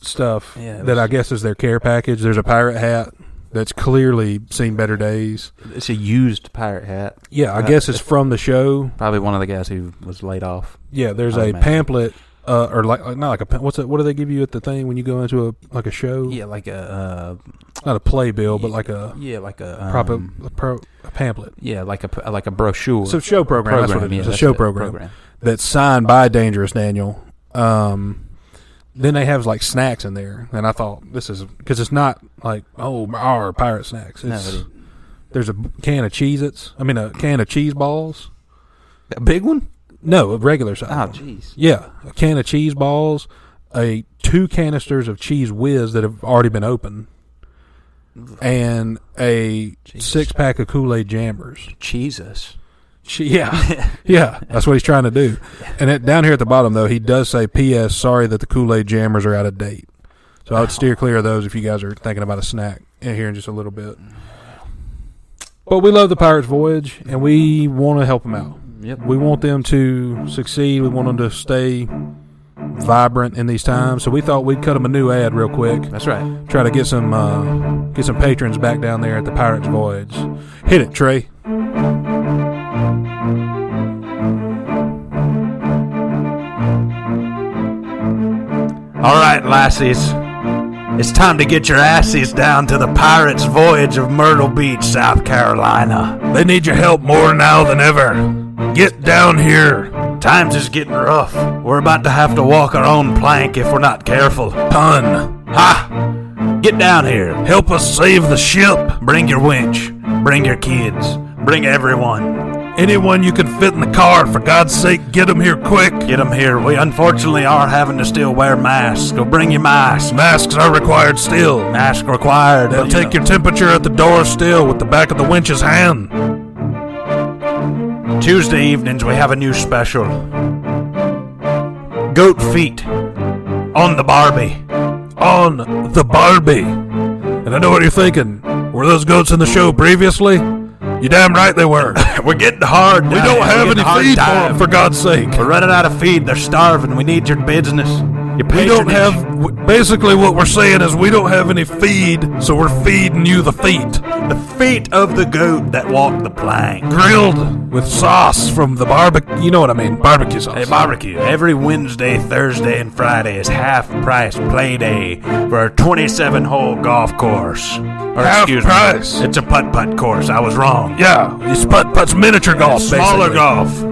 A: stuff
C: Yeah, it
A: that I
C: was-
A: guess is their care package. There's a pirate hat that's clearly seen better days.
C: It's a used pirate hat.
A: Yeah, I
C: Uh,
A: guess it's from the show.
C: Probably one of the guys who was laid off.
A: Yeah, there's
C: I
A: a
C: imagine.
A: pamphlet, uh, or like like- not like a pam- what's it? What do they give you at the thing when you go into a like a show?
C: Yeah, like a
A: Not a playbill, but
C: Yeah.
A: like a
C: yeah, like a
A: proper
C: um,
A: a pro, a pamphlet.
C: Yeah, like a like a brochure.
A: It's a show program. that's what it is.
C: yeah,
A: It's a
C: that's
A: show
C: it,
A: program, that's signed by Dangerous Daniel. Um, then they have like snacks in there, and I thought this is because it's not like oh our pirate snacks.
C: No,
A: It's,
C: it is.
A: there's a can of Cheez-Its. I mean, a can of cheese balls.
C: A big one.
A: No, a regular size.
C: Oh,
A: one.
C: jeez.
A: Yeah, a can of cheese balls, a two canisters of cheese whiz that have already been opened, and a
C: Jeez.
A: six pack of Kool Aid jammers.
C: Jesus.
A: Che- yeah, yeah, that's what he's trying to do. And at, down here at the bottom, though, he does say, "P.S. Sorry that the Kool Aid jammers are out of date." So I would steer clear of those if you guys are thinking about a snack in here in just a little bit. But we love the Pirates Voyage, and we want to help them out.
C: Yep.
A: We want them to succeed. We want them to stay vibrant in these times. So we thought we'd cut them a new ad real quick.
C: That's right.
A: Try to get some uh, get some patrons back down there at the Pirates Voyage. Hit it, Trey.
C: All right, lassies. It's time to get your asses down to the Pirates Voyage of Myrtle Beach, South Carolina.
A: They need your help more now than ever. Get down here.
C: Times is getting rough. We're about to have to walk our own plank if we're not careful.
A: Pun.
C: Ha! Get down here.
A: Help us save the ship.
C: Bring your winch. Bring your kids. Bring everyone.
A: Anyone you can fit in the car, for God's sake, get them here quick.
C: Get them here. We unfortunately are having to still wear masks. Go bring your mask.
A: Masks are required still.
C: Mask required.
A: They'll
C: you
A: take
C: know.
A: your temperature at the door still with the back of the winch's hand.
C: Tuesday evenings, we have a new special Goat Feet on the Barbie.
A: on the Barbie. And I know what you're thinking. Were those goats in the show previously? You damn right they were.
C: We're getting hard.
A: We don't have any feed for them, for God's sake.
C: We're running out of feed. They're starving. We need your business.
D: your
A: We
D: patronage.
A: don't have. w- Basically, what we're saying is we don't have any feed, so we're feeding you the feet.
C: The feet of the goat that walked the plank.
A: Grilled with sauce from the barbecue. You know what I mean? Barbecue sauce.
C: A barbecue every Wednesday, Thursday, and Friday is half price play day for a 27 hole golf course. Or
A: Half
C: excuse
A: price.
C: me, it's a putt putt course. I was wrong.
A: Yeah, it's putt putts miniature golf.
C: Smaller
A: basically.
C: golf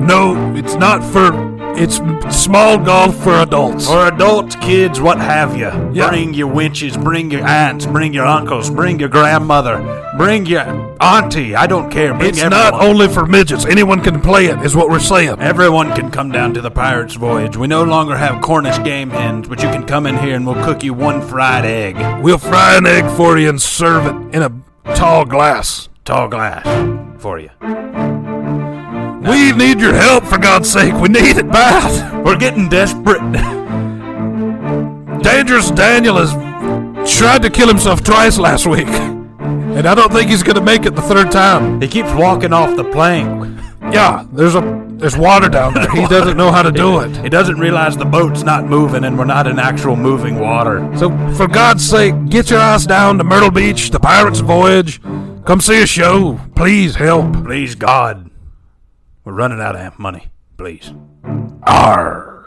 A: No, it's not for. It's small golf for adults.
C: or adults, kids, what have you.
A: Yeah.
C: Bring your winches, bring your aunts, bring your uncles, bring your grandmother, bring your auntie. I don't care. Bring
A: It's
C: everyone.
A: not only for midgets. Anyone can play it, is what we're saying.
C: Everyone can come down to the Pirates Voyage. We no longer have Cornish game hens, but you can come in here and we'll cook you one fried egg.
A: We'll fry an egg for you and serve it in a tall glass.
C: Tall glass for you.
A: We need your help, for God's sake. We need it bad.
C: We're getting desperate.
A: Dangerous Daniel has tried to kill himself twice last week. And I don't think he's going to make it the third time.
C: he keeps walking off the plank.
A: Yeah, there's a there's water down there. He doesn't know how to do it.
C: He doesn't realize the boat's not moving and we're not in actual moving water.
A: So for God's sake, get your ass down to Myrtle Beach, the Pirates Voyage. Come see a show. Please help.
C: Please, God. We're running out of money. Please.
A: Arr.